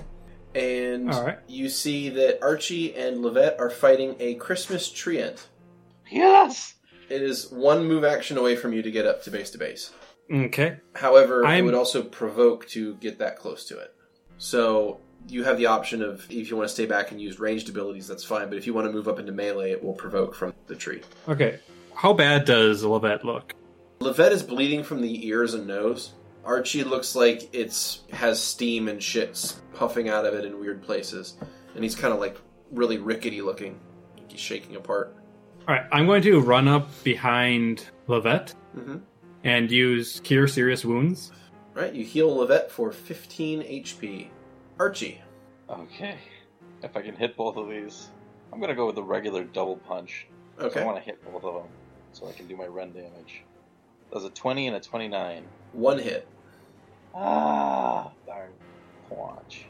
B: and
G: All right.
B: you see that Archie and Levette are fighting a Christmas treant.
H: Yes!
B: It is one move action away from you to get up to base to base.
G: Okay.
B: However, it
G: I'm-
B: would also provoke to get that close to it. So you have the option of if you want to stay back and use ranged abilities, that's fine. But if you want to move up into melee, it will provoke from the tree.
G: Okay. How bad does Levette look?
B: Levette is bleeding from the ears and nose. Archie looks like it's has steam and shit puffing out of it in weird places, and he's kind of like really rickety looking. He's shaking apart.
G: All right, I'm going to run up behind Levette
B: Mm-hmm.
G: and use Cure Serious Wounds.
B: Right, you heal Levette for 15 HP. Archie,
H: Okay. If I can hit both of these, I'm gonna go with the regular double punch. 'cause I
B: okay,
H: want to hit both of them, so I can do my rend damage. That's a 20 and a 29.
B: one hit,
H: Ah, darn. Watch.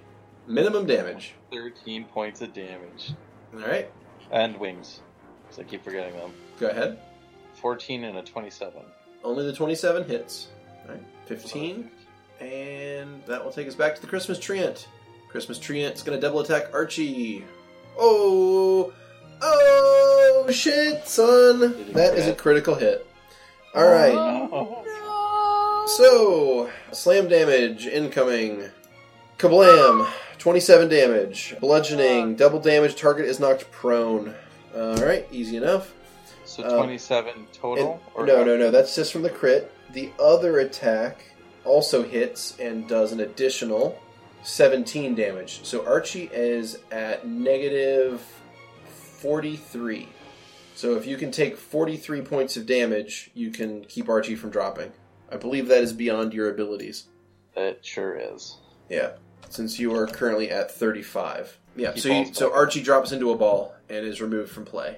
B: minimum damage.
H: 13 points of damage.
B: All right,
H: And wings. Because I keep forgetting them.
B: go ahead.
H: 14 and a 27.
B: Only the 27 hits. Alright, 15. And that will take us back to the Christmas treant. Christmas treant's gonna double attack Archie. Oh! Oh, shit, son! That is a critical hit. Alright,
H: Oh,
B: so slam damage incoming. Kablam! 27 damage. Bludgeoning. Double damage. Target is knocked prone. Alright, easy enough.
H: So
B: Uh,
H: 27 total?
B: And- no, no, no. That's just from the crit. The other attack also hits and does an additional 17 damage. So Archie is at negative 43. So if you can take 43 points of damage, you can keep Archie from dropping. I believe that is beyond your abilities.
H: It sure is.
B: Yeah. Since you are currently at 35. Yeah.
H: He
B: So you,
H: falls
B: so
H: back.
B: Archie drops into a ball and is removed from play.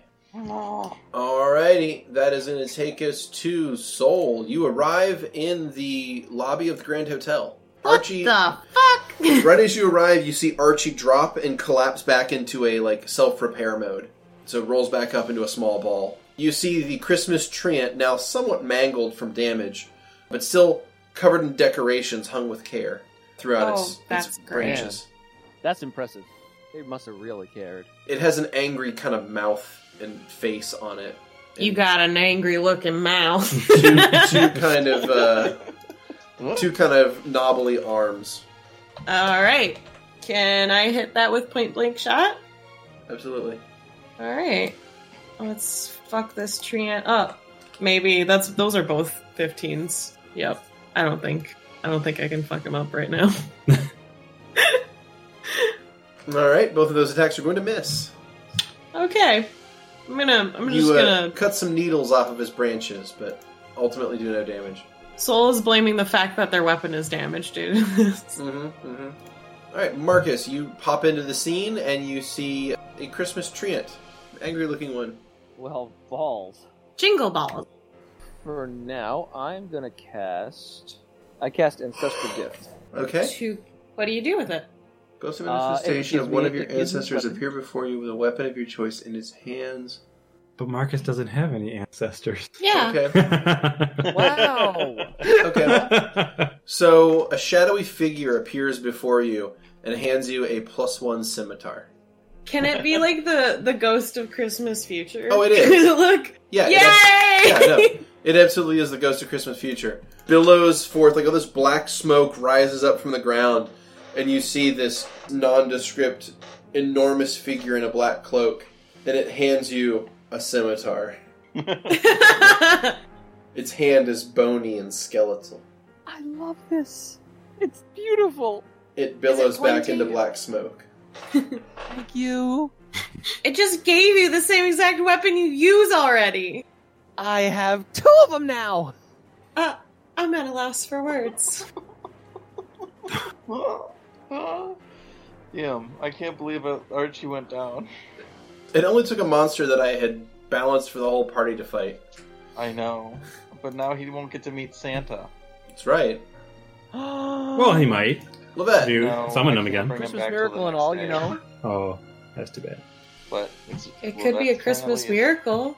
B: Alrighty, that is going to take us to Seoul. You arrive in the lobby of the Grand Hotel. Archie, right as you arrive, you see Archie drop and collapse back into a like self-repair mode. So it rolls back up into a small ball. You see the Christmas treant now somewhat mangled from damage, but still covered in decorations hung with care throughout
D: Oh,
B: its, its
D: that's great.
B: branches.
D: That's impressive. They must have really cared.
B: It has an angry kind of mouth and face on it.
E: You got an angry looking mouth.
B: two kind of uh, two kind of knobbly arms.
E: All right. Can I hit that with point blank shot?
B: Absolutely.
E: All right. Let's fuck this treant up. Maybe that's those are both 15s. Yep. I don't think I don't think I can fuck him up right now.
B: All right, both of those attacks are going to miss.
E: Okay. I'm gonna I'm just
B: you uh,
E: gonna
B: cut some needles off of his branches, but ultimately do no damage.
E: Soul is blaming the fact that their weapon is damaged, dude.
B: mm-hmm, mm-hmm. All right, Marcus, you pop into the scene and you see a Christmas treant, angry-looking one.
D: Well, balls.
E: Jingle balls.
D: For now, I'm gonna cast. I cast ancestral gift.
B: Okay.
E: To, what do you do with it?
B: Goes to
D: Uh, it
B: manifestation of
D: gives
B: one
D: me-
B: of your
D: it gives me
B: ancestors
D: weapon.
B: appear before you with a weapon of your choice in his hands.
M: But Marcus doesn't have any ancestors.
E: Yeah.
M: Okay.
D: wow.
B: okay. So a shadowy figure appears before you and hands you a plus one scimitar.
E: Can it be like the the ghost of Christmas future?
B: Oh, it is.
E: Look.
B: Yeah.
E: Yay!
B: It, abs- yeah, no. it absolutely is the ghost of Christmas future. Billows forth, like all this black smoke rises up from the ground, and you see this nondescript, enormous figure in a black cloak, and it hands you a scimitar. its hand is bony and skeletal.
J: I love this. It's beautiful.
B: It billows back
J: pointy?
B: into black smoke.
J: Thank you.
E: It just gave you the same exact weapon you use already.
J: I have two of them now.
E: Uh, I'm at a loss for words.
H: Damn, I can't believe it. Archie went down.
B: It only took a monster that I had balanced for the whole party to fight.
H: I know. But now he won't get to meet Santa.
B: That's right.
M: well, he might.
B: Levette.
M: Dude,
H: No,
M: summon
H: I
M: him again.
H: can't bring him
J: Christmas
H: back till the
J: miracle and
H: next
J: all,
H: day.
J: you know.
M: Oh, that's too bad.
H: But it's,
E: It
H: well,
E: could be a
H: that's
E: Christmas
H: kinda
E: miracle.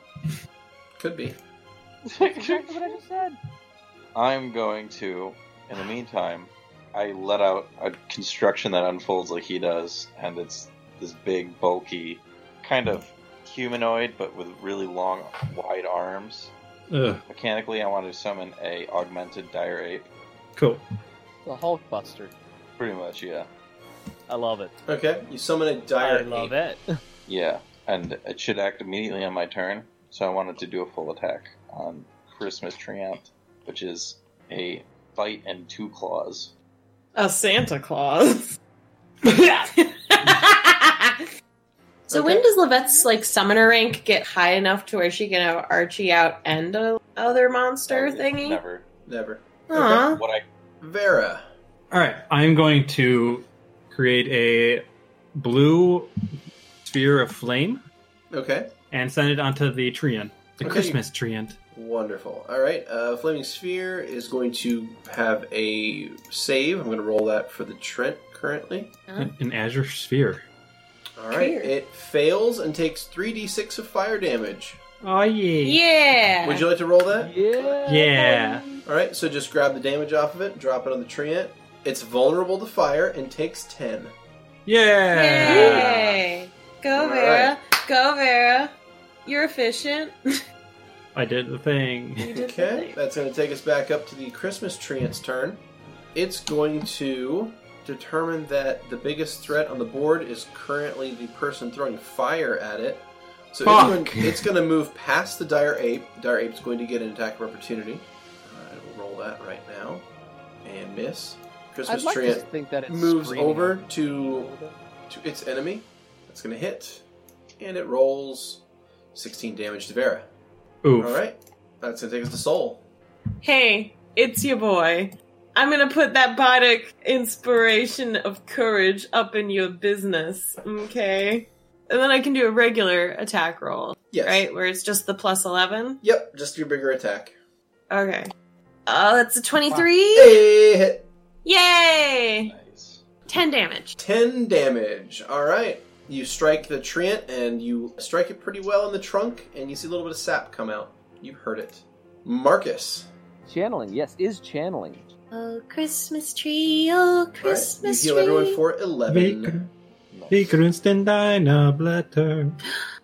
B: Could be.
J: That's exactly what I just said.
H: I'm going to, in the meantime, I let out a construction that unfolds like he does, and it's this big, bulky, kind of humanoid, but with really long, wide arms.
M: Ugh,
H: Mechanically, I want to summon a augmented dire ape.
M: cool.
D: The Hulkbuster.
H: Pretty much, yeah,
D: I love it.
B: Okay, you summon a dire.
D: I love
B: ape.
D: it.
H: yeah, and it should act immediately on my turn. So I wanted to do a full attack on Christmas Triumph, which is a bite and two claws.
E: A Santa Claus. so when does Levette's like summoner rank get high enough to where she can have Archie out and a other monster thingy?
H: Never.
B: Never.
E: Aw.
H: What I
B: Vera.
M: All right, I'm going to create a blue sphere of flame
B: Okay.
M: and send it onto the treant, the
B: Okay.
M: Christmas treant.
B: Wonderful. All right. Uh, Flaming Sphere is going to have a save. I'm going to roll that for the Trent currently.
M: An, an azure sphere.
B: All right.
M: Clear.
B: It fails and takes 3d6 of fire damage.
M: Oh yeah.
E: Yeah.
B: Would you like to roll that?
D: Yeah.
M: Yeah.
B: All right. So just grab the damage off of it, drop it on the Treant. It's vulnerable to fire and takes 10.
M: Yeah.
E: Yay! Go
B: All
E: Vera, go Vera. You're efficient.
M: I did the thing.
E: You did
B: Okay, that's going to take us back up to the Christmas treant's turn. It's going to determine that the biggest threat on the board is currently the person throwing fire at it. So
M: Fuck.
B: it's going, it's going to move past the dire ape. The dire ape's going to get an attack of opportunity. I will roll that right now and miss. Christmas
D: I'd like to
B: treant
D: think that it's
B: moves
D: screaming
B: over
D: at me.
B: to to its enemy. That's going to hit, and it rolls 16 damage to Vera.
M: Oof.
B: All right, that's going to take us to Soul.
E: Hey, it's your boy. I'm gonna put that bardic inspiration of courage up in your business, okay? And then I can do a regular attack roll.
B: Yes.
E: Right? Where it's just the plus 11?
B: Yep, just your bigger attack.
E: Okay. Oh, that's a 23?
B: Hey, hit.
E: Yay! 10 damage.
B: 10 damage. All right. You strike the treant and you strike it pretty well in the trunk, and you see a little bit of sap come out. You heard it. Marcus.
N: Channeling, yes, is channeling.
E: Oh, Christmas tree, oh, Christmas
B: You heal
E: tree.
B: everyone for 11.
O: Blatter.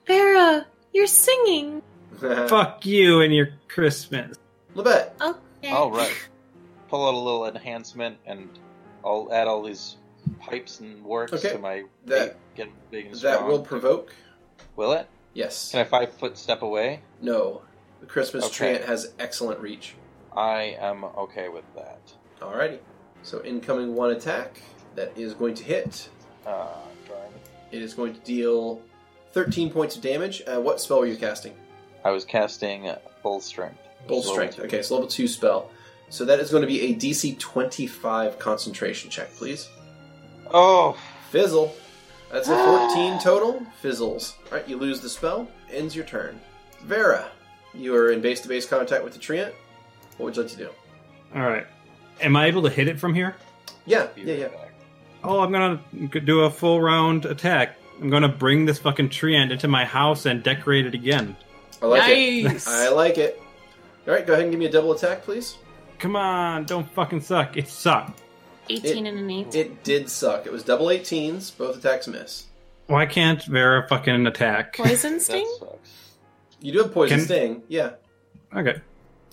E: Vera, you're singing.
O: Fuck you and your Christmas.
B: Lebet.
E: Okay.
H: All Oh, right. Pull out a little enhancement, and I'll add all these pipes and works
B: Okay.
H: to my
B: That-
H: get 'em big and
B: That
H: strong.
B: will provoke.
H: Will it?
B: Yes.
H: Can I five foot step away?
B: No. The Christmas
H: Okay.
B: treant has excellent reach.
H: I am okay with that.
B: Alrighty. So incoming one attack that is going to hit.
H: Uh, darn.
B: It is going to deal 13 points of damage. Uh, what spell are you casting?
H: I was casting Bull Strength.
B: Bull
H: Level
B: strength.
H: two.
B: Okay, so level two spell. So that is going to be a DC 25 concentration check, please.
H: Oh,
B: fizzle. That's a 14 total. Fizzles. All right, you lose the spell. Ends your turn. Vera, you are in base-to-base contact with the treant. What would you like to do?
G: All right. Am I able to hit it from here?
B: Yeah, yeah, yeah.
G: Oh, I'm gonna do a full round attack. I'm gonna bring this fucking treant into my house and decorate it again.
B: I like
G: Nice.
B: it. I like it. All right, go ahead and give me a double attack, please.
G: Come on, don't fucking suck. It sucked.
E: 18 and an 8.
B: It did suck. It was double 18s. Both attacks miss.
G: Why can't Vera fucking attack?
E: Poison sting?
B: You do have poison
G: Can-
B: sting. Yeah,
G: Okay.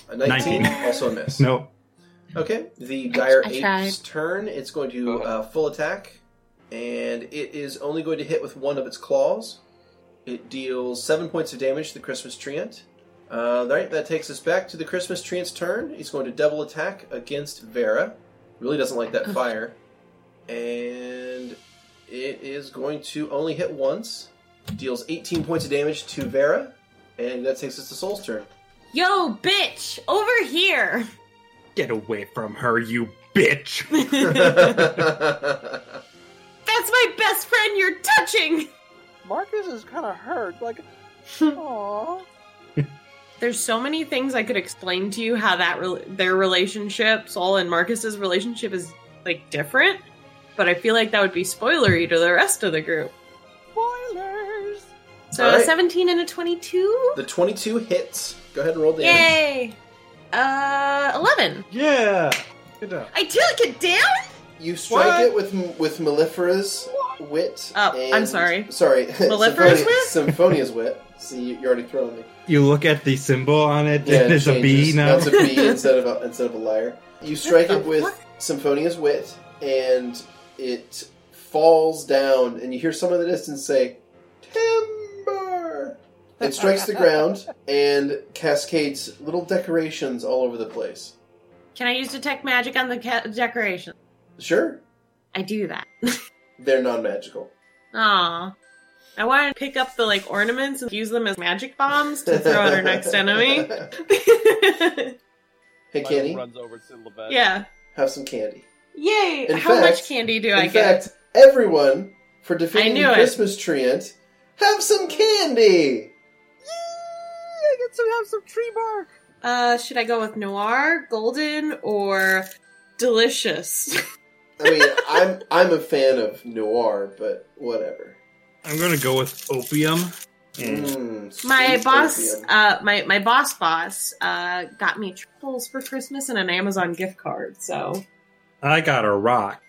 B: a 19,
G: 19.
B: also a miss.
G: No.
B: Okay, the dire
E: I
B: ape's
E: tried.
B: turn. It's going to uh, full attack, and it is only going to hit with one of its claws. It deals seven points of damage to the Christmas treant. Uh, all right, that takes us back to the Christmas treant's turn. He's going to double attack against Vera. Really doesn't like that fire, and it is going to only hit once. Deals 18 points of damage to Vera, and that takes us to Soul's turn.
E: Yo, bitch, over here.
G: Get away from her, you bitch.
E: That's my best friend you're touching.
N: Marcus is kind of hurt. Like, aww.
E: There's so many things I could explain to you how that re- their relationship, Saul and Marcus's relationship is like different, but I feel like that would be spoilery to the rest of the group.
N: Spoilers.
E: So
B: All
E: a
B: right.
E: 17 and a 22.
B: The 22 hits. Go ahead and roll damage.
E: Yay. Uh 11.
G: Yeah.
E: I took it down.
B: You strike
E: What?
B: it with with mellifera's wit.
E: Oh, I'm
B: and-
E: sorry.
B: Sorry,
E: Mellifera's
B: Symphonia-
E: wit?
B: Symphonia's wit. See, you- you're already throwing me.
G: You look at the symbol on it,
B: Yeah,
G: and it's a bee
B: changes.
G: now.
B: That's a bee instead of a, instead of a liar. You strike
E: the
B: it with Symphonia's wit, and it falls down, and you hear someone in the distance say, "Timber." It strikes the ground and cascades little decorations all over the place.
E: Can I use detect magic on the ca- decoration?
B: Sure,
E: I do that.
B: they're non-magical.
E: Aw. I want to pick up the like ornaments and use them as magic bombs to throw at our next enemy.
B: Hey,
D: Michael
B: Kenny,
D: runs over to Levette.
E: Yeah.
B: have some candy.
E: Yay!
B: In
E: How much
B: fact-
E: candy do
B: In
E: I get?
B: fact, everyone for
E: I
B: defeating
E: knew
B: the
E: it.
B: Christmas treant, have some candy.
N: I get to have some tree bark.
E: Uh, should I go with noir, golden, or delicious?
B: I mean, I'm I'm a fan of noir, but whatever.
G: I'm gonna go with opium. Hmm.
B: Mm,
E: my
B: sweet
E: boss,
B: opium.
E: uh, my my boss boss, uh, got me triples for Christmas and an Amazon gift card. So,
G: I got a rock.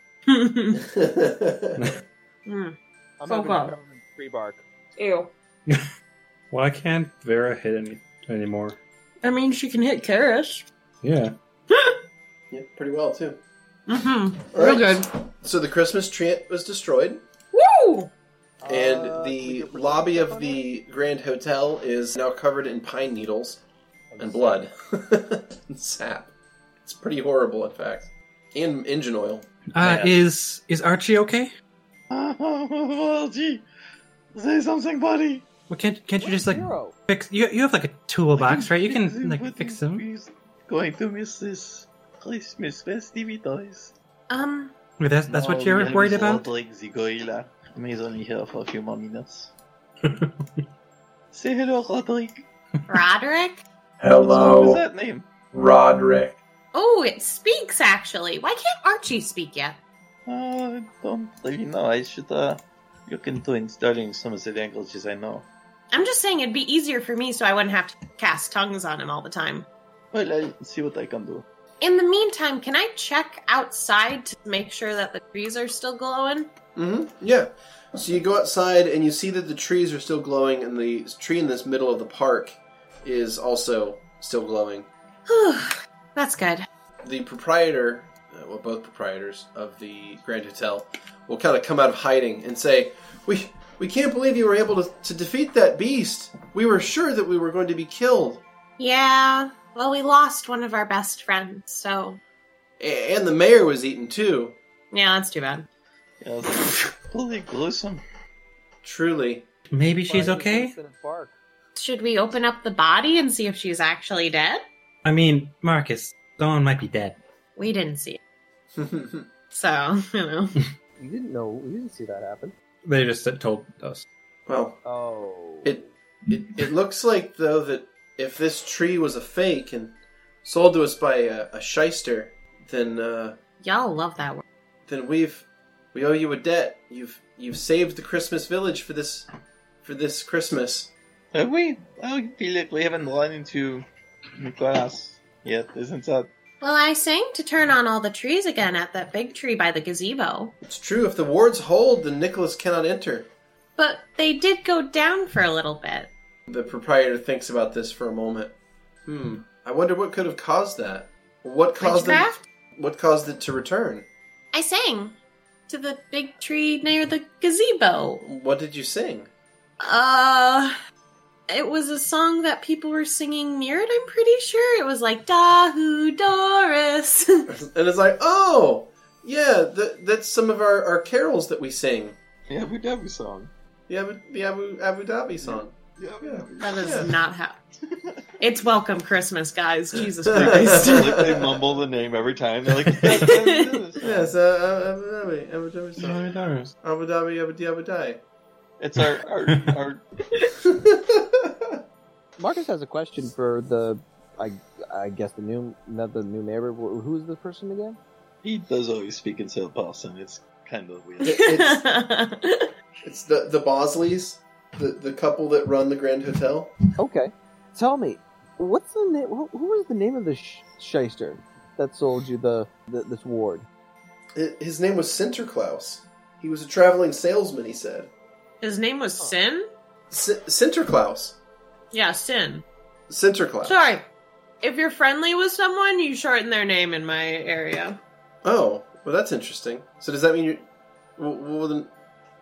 E: mm.
D: I'm
E: So
D: having
E: far.
D: a tree bark.
E: ew.
G: Why can't Vera hit any anymore?
E: I mean, she can hit Karish.
G: Yeah.
B: yeah, pretty well too.
E: Mm-hmm.
B: All
E: Real
B: right.
E: good.
B: So the Christmas treant was destroyed,
E: Woo!
B: and
N: uh,
H: Uh,
B: the lobby of the Grand Hotel is now covered in pine needles and blood, and sap. It's pretty horrible, in fact, and engine oil.
O: Uh, is is Archie okay?
H: Oh, gee. Say something, buddy.
O: Well, can't can't you just like
N: Zero.
O: fix? You you have like a toolbox, right? You can like fix them.
H: Going to miss this Christmas festivities.
E: Um,
O: That's that's what
H: No,
O: you're
H: we
O: worried
H: have
O: about.
H: slaughtered the gorilla. I'm only here for a few more minutes. Say hello, Roderick.
E: Roderick?
H: Hello. What was that name?
B: Roderick.
E: Oh, it speaks actually. Why can't Archie speak yet?
H: Uh, don't let you know. I should uh, look into installing some of the languages I know.
E: I'm just saying it'd be easier for me so I wouldn't have to cast tongues on him all the time.
H: Well, I'll see what I can do.
E: In the meantime, can I check outside to make sure that the trees are still glowing?
K: hmm Yeah. So you go outside and you see that the trees are still glowing, and the tree in this middle of the park is also still glowing.
E: Whew, that's good.
B: The proprietor, uh, well, both proprietors of the Grand Hotel, will kind of come out of hiding and say, "We, we can't believe you were able to, to defeat that beast. We were sure that we were going to be killed,
E: Yeah. Well, we lost one of our best friends, so
B: A- and the mayor was eaten too."
E: yeah, that's too bad.
H: Yeah, holy gruesome.
B: Truly.
G: Maybe she's okay?
E: Should we open up the body and see if she's actually dead?
G: I mean, Marcus, someone might be dead.
E: We didn't see it. so, you know.
D: You didn't know. You didn't see that happen.
M: They just told us.
B: Well,
D: Oh.
B: It it it looks like though that if this tree was a fake and sold to us by a, a shyster, then uh,
E: Y'all love that word.
B: then we've we owe you a debt. You've you've saved the Christmas village for this for this Christmas.
H: Have we? I feel like we haven't run into Nicolas yet. Isn't that?
E: Well, I sang to turn on all the trees again at that big tree by the gazebo,
B: It's true. If the wards hold, then Nicholas cannot enter.
E: but they did go down for a little bit.
B: The proprietor thinks about this for a moment. Hmm. I wonder what could have caused that. What caused them,
E: Witchcraft?
B: What caused it to return?
E: I sang to the big tree near the gazebo.
B: What did you sing?
E: Uh, it was a song that people were singing near it, I'm pretty sure. It was like, Dahu Doris.
B: And it's like, oh, yeah, th- that's some of our, our carols that we sing.
H: Yeah, we Dhabi song.
B: The Abu, the Abu, Abu Dhabi song.
H: Yeah,
E: that is not how. It's welcome Christmas, guys. Jesus
H: Christ.
E: Christ.
H: like they mumble the name every time. They're like,
B: Yes, uh, uh, Abu Dhabi, Abu Dhabi song.
H: Abu Dhabi.
B: Abu Dhabi, Abu Dhabi, Abu Dhabi.
H: it's our our, our
J: Marcus has a question for the, I, I guess the new, not the new neighbor. Wh- Who is the person again?
H: he does always speak in South Boston. It's kind of weird.
E: It's,
K: it's the the Bosleys, the the couple that run the Grand Hotel.
J: Okay, tell me, what's the name? Who, who is the name of the sh- shyster that sold you the, the this ward?
K: Hi- His name was Sinterklaas. He was a traveling salesman. He said
E: His name was Sin?
K: S- Sinterklaas.
E: Yeah, Sin.
K: Sinterklaas.
E: Sorry. If you're friendly with someone, you shorten their name in my area.
B: Oh, well, that's interesting. So does that mean you? Well, well, then,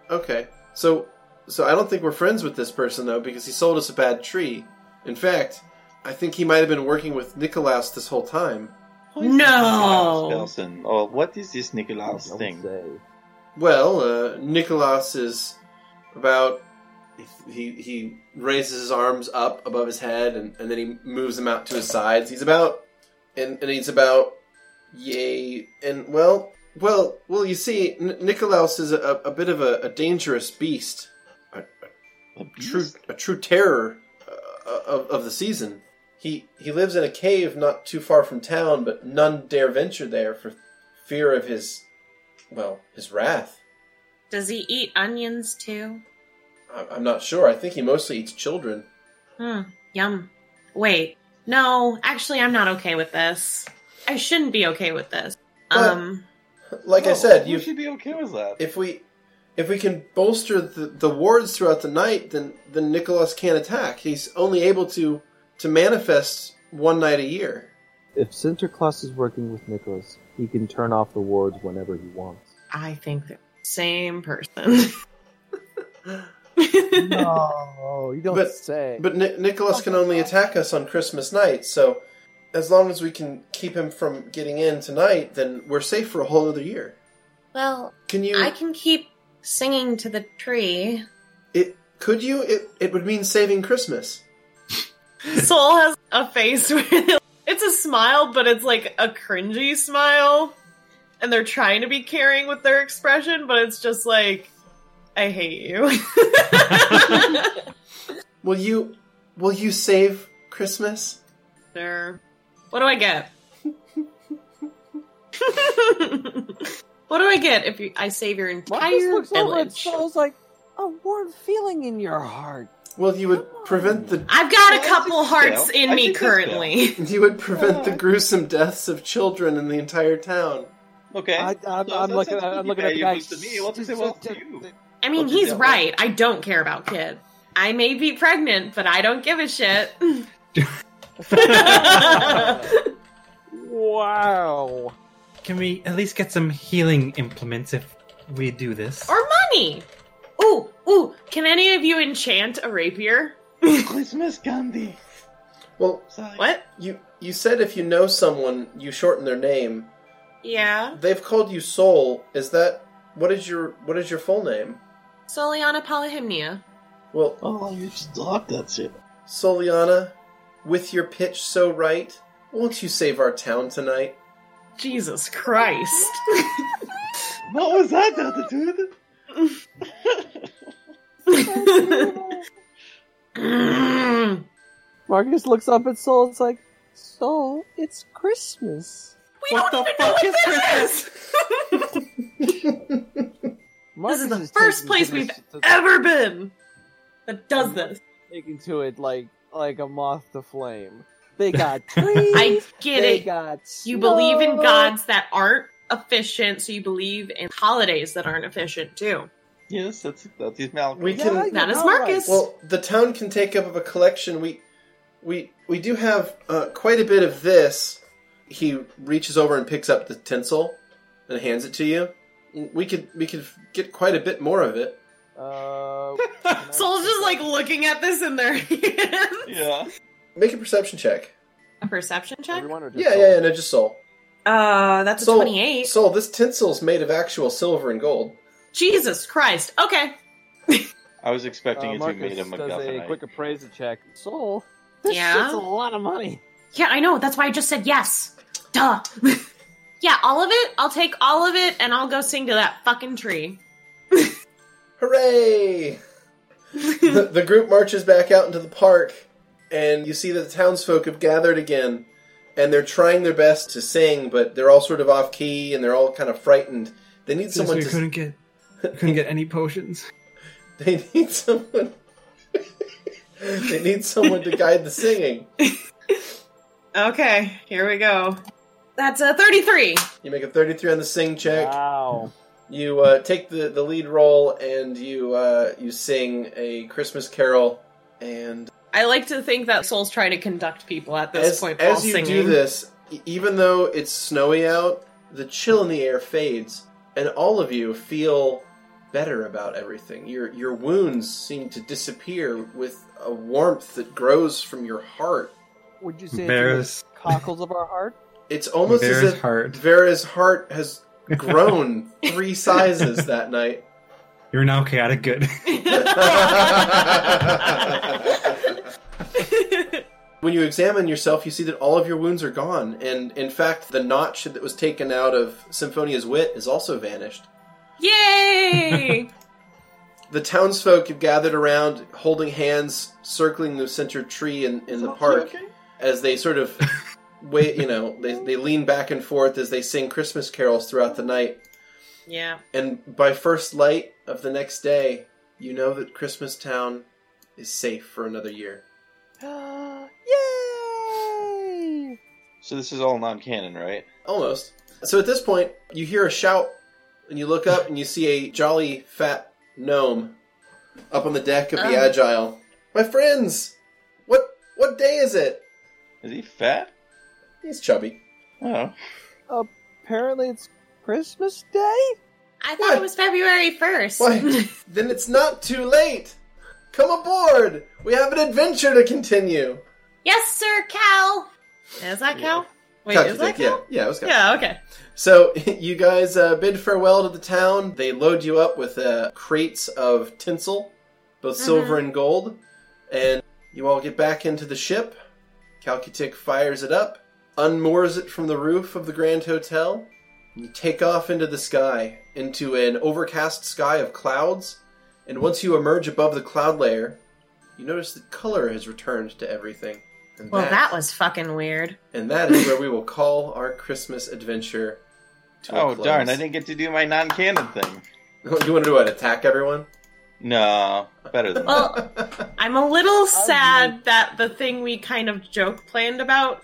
B: okay. So, so I don't think we're friends with this person though, because he sold us a bad tree. In fact, I think he might have been working with Nicholas this whole time.
H: No. Nelson, oh, what is this Nicolas thing?
B: Well, uh, Nicholas is about. He he raises his arms up above his head, and, and then he moves them out to his sides. He's about, and, and he's about, yay, and well, well, well. You see, N- Nicholas is a, a bit of a, a dangerous beast, a, a, true a true terror uh, of, of the season. He he lives in a cave not too far from town, but none dare venture there for fear of his, well, his wrath.
E: Does he eat onions too?
B: I- I'm not sure. I think he mostly eats children.
E: Hmm, yum. Wait, no, actually, I'm not okay with this. I shouldn't be okay with this. Um,
B: Like I
H: Oh,
B: said,
H: we
B: you
H: should be okay with that.
B: if we if we can bolster the, the wards throughout the night, then then Nicholas can't attack. He's only able to to manifest one night a year.
J: If Sinterklaas is working with Nicholas, he can turn off the wards whenever he wants.
E: I think they're the same person.
J: no, you don't
B: But-
J: say.
B: But Ni- Nicholas can only attack us on Christmas night, so as long as we can keep him from getting in tonight, then we're safe for a whole other year.
E: well,
B: Can you?
E: I can keep singing to the tree.
B: It could you? It it would mean saving Christmas.
E: Soul has a face where it's a smile, but it's like a cringy smile. And they're trying to be caring with their expression, but it's just like, I hate you.
B: Will you will you save Christmas?
E: Sure. What do I get? what do I get if you, I save your entire
D: looks over at
E: village?
D: Saul's like a warm feeling in your heart.
B: Well, you would prevent the
E: I've got a couple hearts in me currently.
B: You would prevent the gruesome deaths of children in the entire town.
H: Okay.
D: I, I'm,
H: So
D: I'm
H: that
D: looking.
H: sounds
D: I'm
H: pretty
D: looking at the guy.
H: fair. You lose to me. What's it say? What's to you?
E: I mean, he's right. I don't care about kid. I may be pregnant, but I don't give a shit.
D: Wow.
G: Can we at least get some healing implements if we do this?
E: or money. Ooh, ooh. Can any of you enchant a rapier?
H: Christmas Gandhi.
B: Well,
E: what?
B: You you said if you know someone, you shorten their name.
E: Yeah.
B: They've called you Soul. Is that what is your what is your full name?
E: Soliana Polyhymnia.
B: Well,
H: oh, you stalked that shit.
B: Soliana, with your pitch so right, won't you save our town tonight?
E: Jesus Christ!
H: what was that attitude?
E: Mm.
D: Marcus looks up at Soul. It's like, Soul, it's Christmas.
E: We don't even know what this is.
D: Marcus
E: this is
D: is
E: the first
D: taking
E: place
D: to
E: we've
D: this- to-
E: ever been that does this.
D: Taking to it like like a moth to flame. They got trees.
E: I get
D: they
E: it.
D: Got
E: You believe in
D: snow.
E: gods that aren't efficient, so you believe in holidays that aren't efficient too.
H: Yes, that's that's his Malcolm.
B: We can
E: Not as Marcus.
B: Well, the town can take up of a collection. We we we do have uh, quite a bit of this. He reaches over and picks up the tinsel and hands it to you. We could we could get quite a bit more of it.
D: Uh,
E: Soul's just like looking at this in their hands.
H: yeah.
B: Make a perception check.
E: A perception check.
B: Yeah, yeah, yeah, no, just soul.
E: Uh, that's a
B: Soul-
E: twenty-eight.
B: Soul, this tinsel's made of actual silver and gold.
E: Jesus Christ. Okay.
H: I was expecting it to be made
D: Uh, Marcus
H: of
D: does a
H: MacGuffinite.
D: quick appraisal check. Soul, this
E: Yeah?
D: shit's a lot of money.
E: Yeah, I know. That's why I just said yes. Duh. yeah, all of it. I'll take all of it, and I'll go sing to that fucking tree.
B: Hooray! the, the group marches back out into the park, and you see that the townsfolk have gathered again, and they're trying their best to sing, but they're all sort of off key and they're all kind of frightened. They need someone
P: we
B: to.
P: couldn't get couldn't get any potions.
B: They need someone. they need someone to guide the singing.
E: Okay, here we go. That's a thirty-three.
B: You make a 33 on the sing check.
D: Wow.
B: You uh, take the, the lead role and you uh, you sing a Christmas carol, and
E: I like to think that Soul's trying to conduct people at this
B: as,
E: point.
B: as
E: while
B: you
E: singing.
B: do this, e- even though it's snowy out, the chill in the air fades, and all of you feel better about everything. Your your wounds seem to disappear with a warmth that grows from your heart.
D: Would you say it's
B: Bears.
D: in the cockles of our heart?
B: It's almost as
D: Vera's
B: if
D: heart.
B: Vera's heart has grown three sizes that night.
G: You're now chaotic good.
B: When you examine yourself, you see that all of your wounds are gone, and in fact, the notch that was taken out of Symphonia's wit is also vanished.
E: Yay!
B: The townsfolk have gathered around, holding hands, circling the center tree in, in the park as they sort of wait, you know, they, they lean back and forth as they sing Christmas carols throughout the night.
E: yeah.
B: And by first light of the next day, you know that Christmas Town is safe for another year.
D: Yay!
H: So this is all non-canon, right?
B: Almost. So at this point, you hear a shout, and you look up and you see a jolly fat gnome up on the deck of the
E: Uh.
H: Oh.
B: Agile. My friends, what what day is it?
H: Is he fat?
B: He's chubby.
H: Oh.
D: Apparently, it's Christmas Day.
E: I thought it was February first.
B: Why? then it's not too late. Come aboard. We have an adventure to continue.
E: Yes, sir, Cal. Is that Cal? Wait,
B: Cal,
E: is
B: you
E: that
B: think? Yeah,
E: Cal?
B: yeah, it was Cal.
E: Yeah, okay.
B: So you guys uh, bid farewell to the town. They load you up with uh, crates of tinsel, both silver
E: Mhm.
B: and gold, and you all get back into the ship. Calcutic fires it up, unmoors it from the roof of the Grand Hotel. and You take off into the sky, into an overcast sky of clouds, And once you emerge above the cloud layer, you notice that color has returned to everything. And
E: Well, that was fucking weird.
B: and that is where we will call our Christmas adventure. To
H: Oh
B: a close.
H: darn! I didn't get to do my non-canon thing.
B: You want to do what? Attack everyone?
H: No, better than that.
E: Well, I'm a little sad that the thing we kind of joke planned about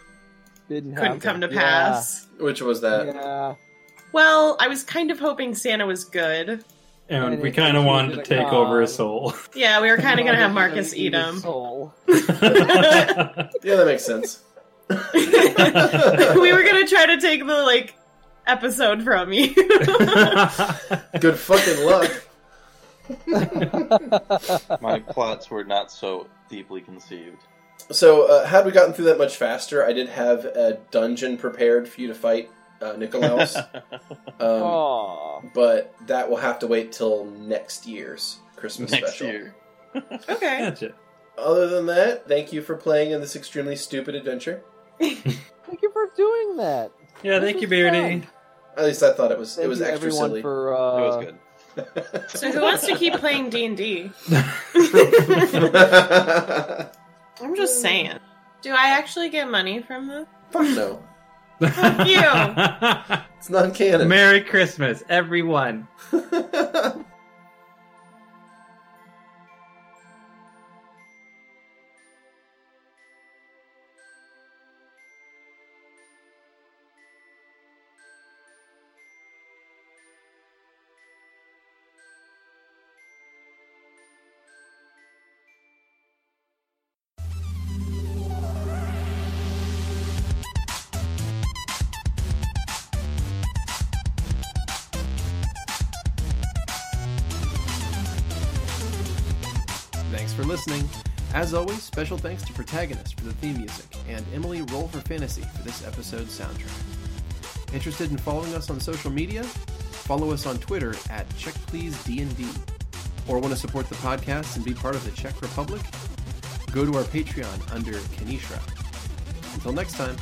D: Didn't
E: couldn't come to pass.
B: Which was that?
D: Yeah.
E: Well, I was kind of hoping Santa was good.
M: And we kind of wanted to take over his soul.
E: Yeah, we were
D: Oh,
E: kind of gonna have Marcus eat him.
B: Yeah, that makes sense.
E: we were gonna try to take the like episode from you.
B: Good fucking luck.
H: My plots were not so deeply conceived.
B: So, uh, had we gotten through that much faster, I did have a dungeon prepared for you to fight uh, Nikolaus.
D: Oh.
B: um, but that will have to wait till next year's Christmas
H: Next
B: special.
H: year.
E: okay.
B: Other than that, thank you for playing in this extremely stupid adventure.
D: Thank you for doing that. This was fun.
B: At least I thought it was
D: Thank
B: it was
D: you,
B: extra
D: everyone
B: silly.
D: for, uh, It was
E: so who wants to keep playing D and D?
B: good.
E: I'm just saying. Do I actually get money from the?
B: Fuck no.
E: Fuck you.
B: It's non canon.
G: Merry Christmas, everyone.
Q: Thanks for listening. As always, special thanks to Protagonist for the theme music and Emily Roll for Fantasy for this episode's soundtrack. Interested in following us on social media? Follow us on Twitter at CheckPleaseDND. Or want to support the podcast and be part of the Czech Republic? Go to our Patreon under Kanishra. Until next time.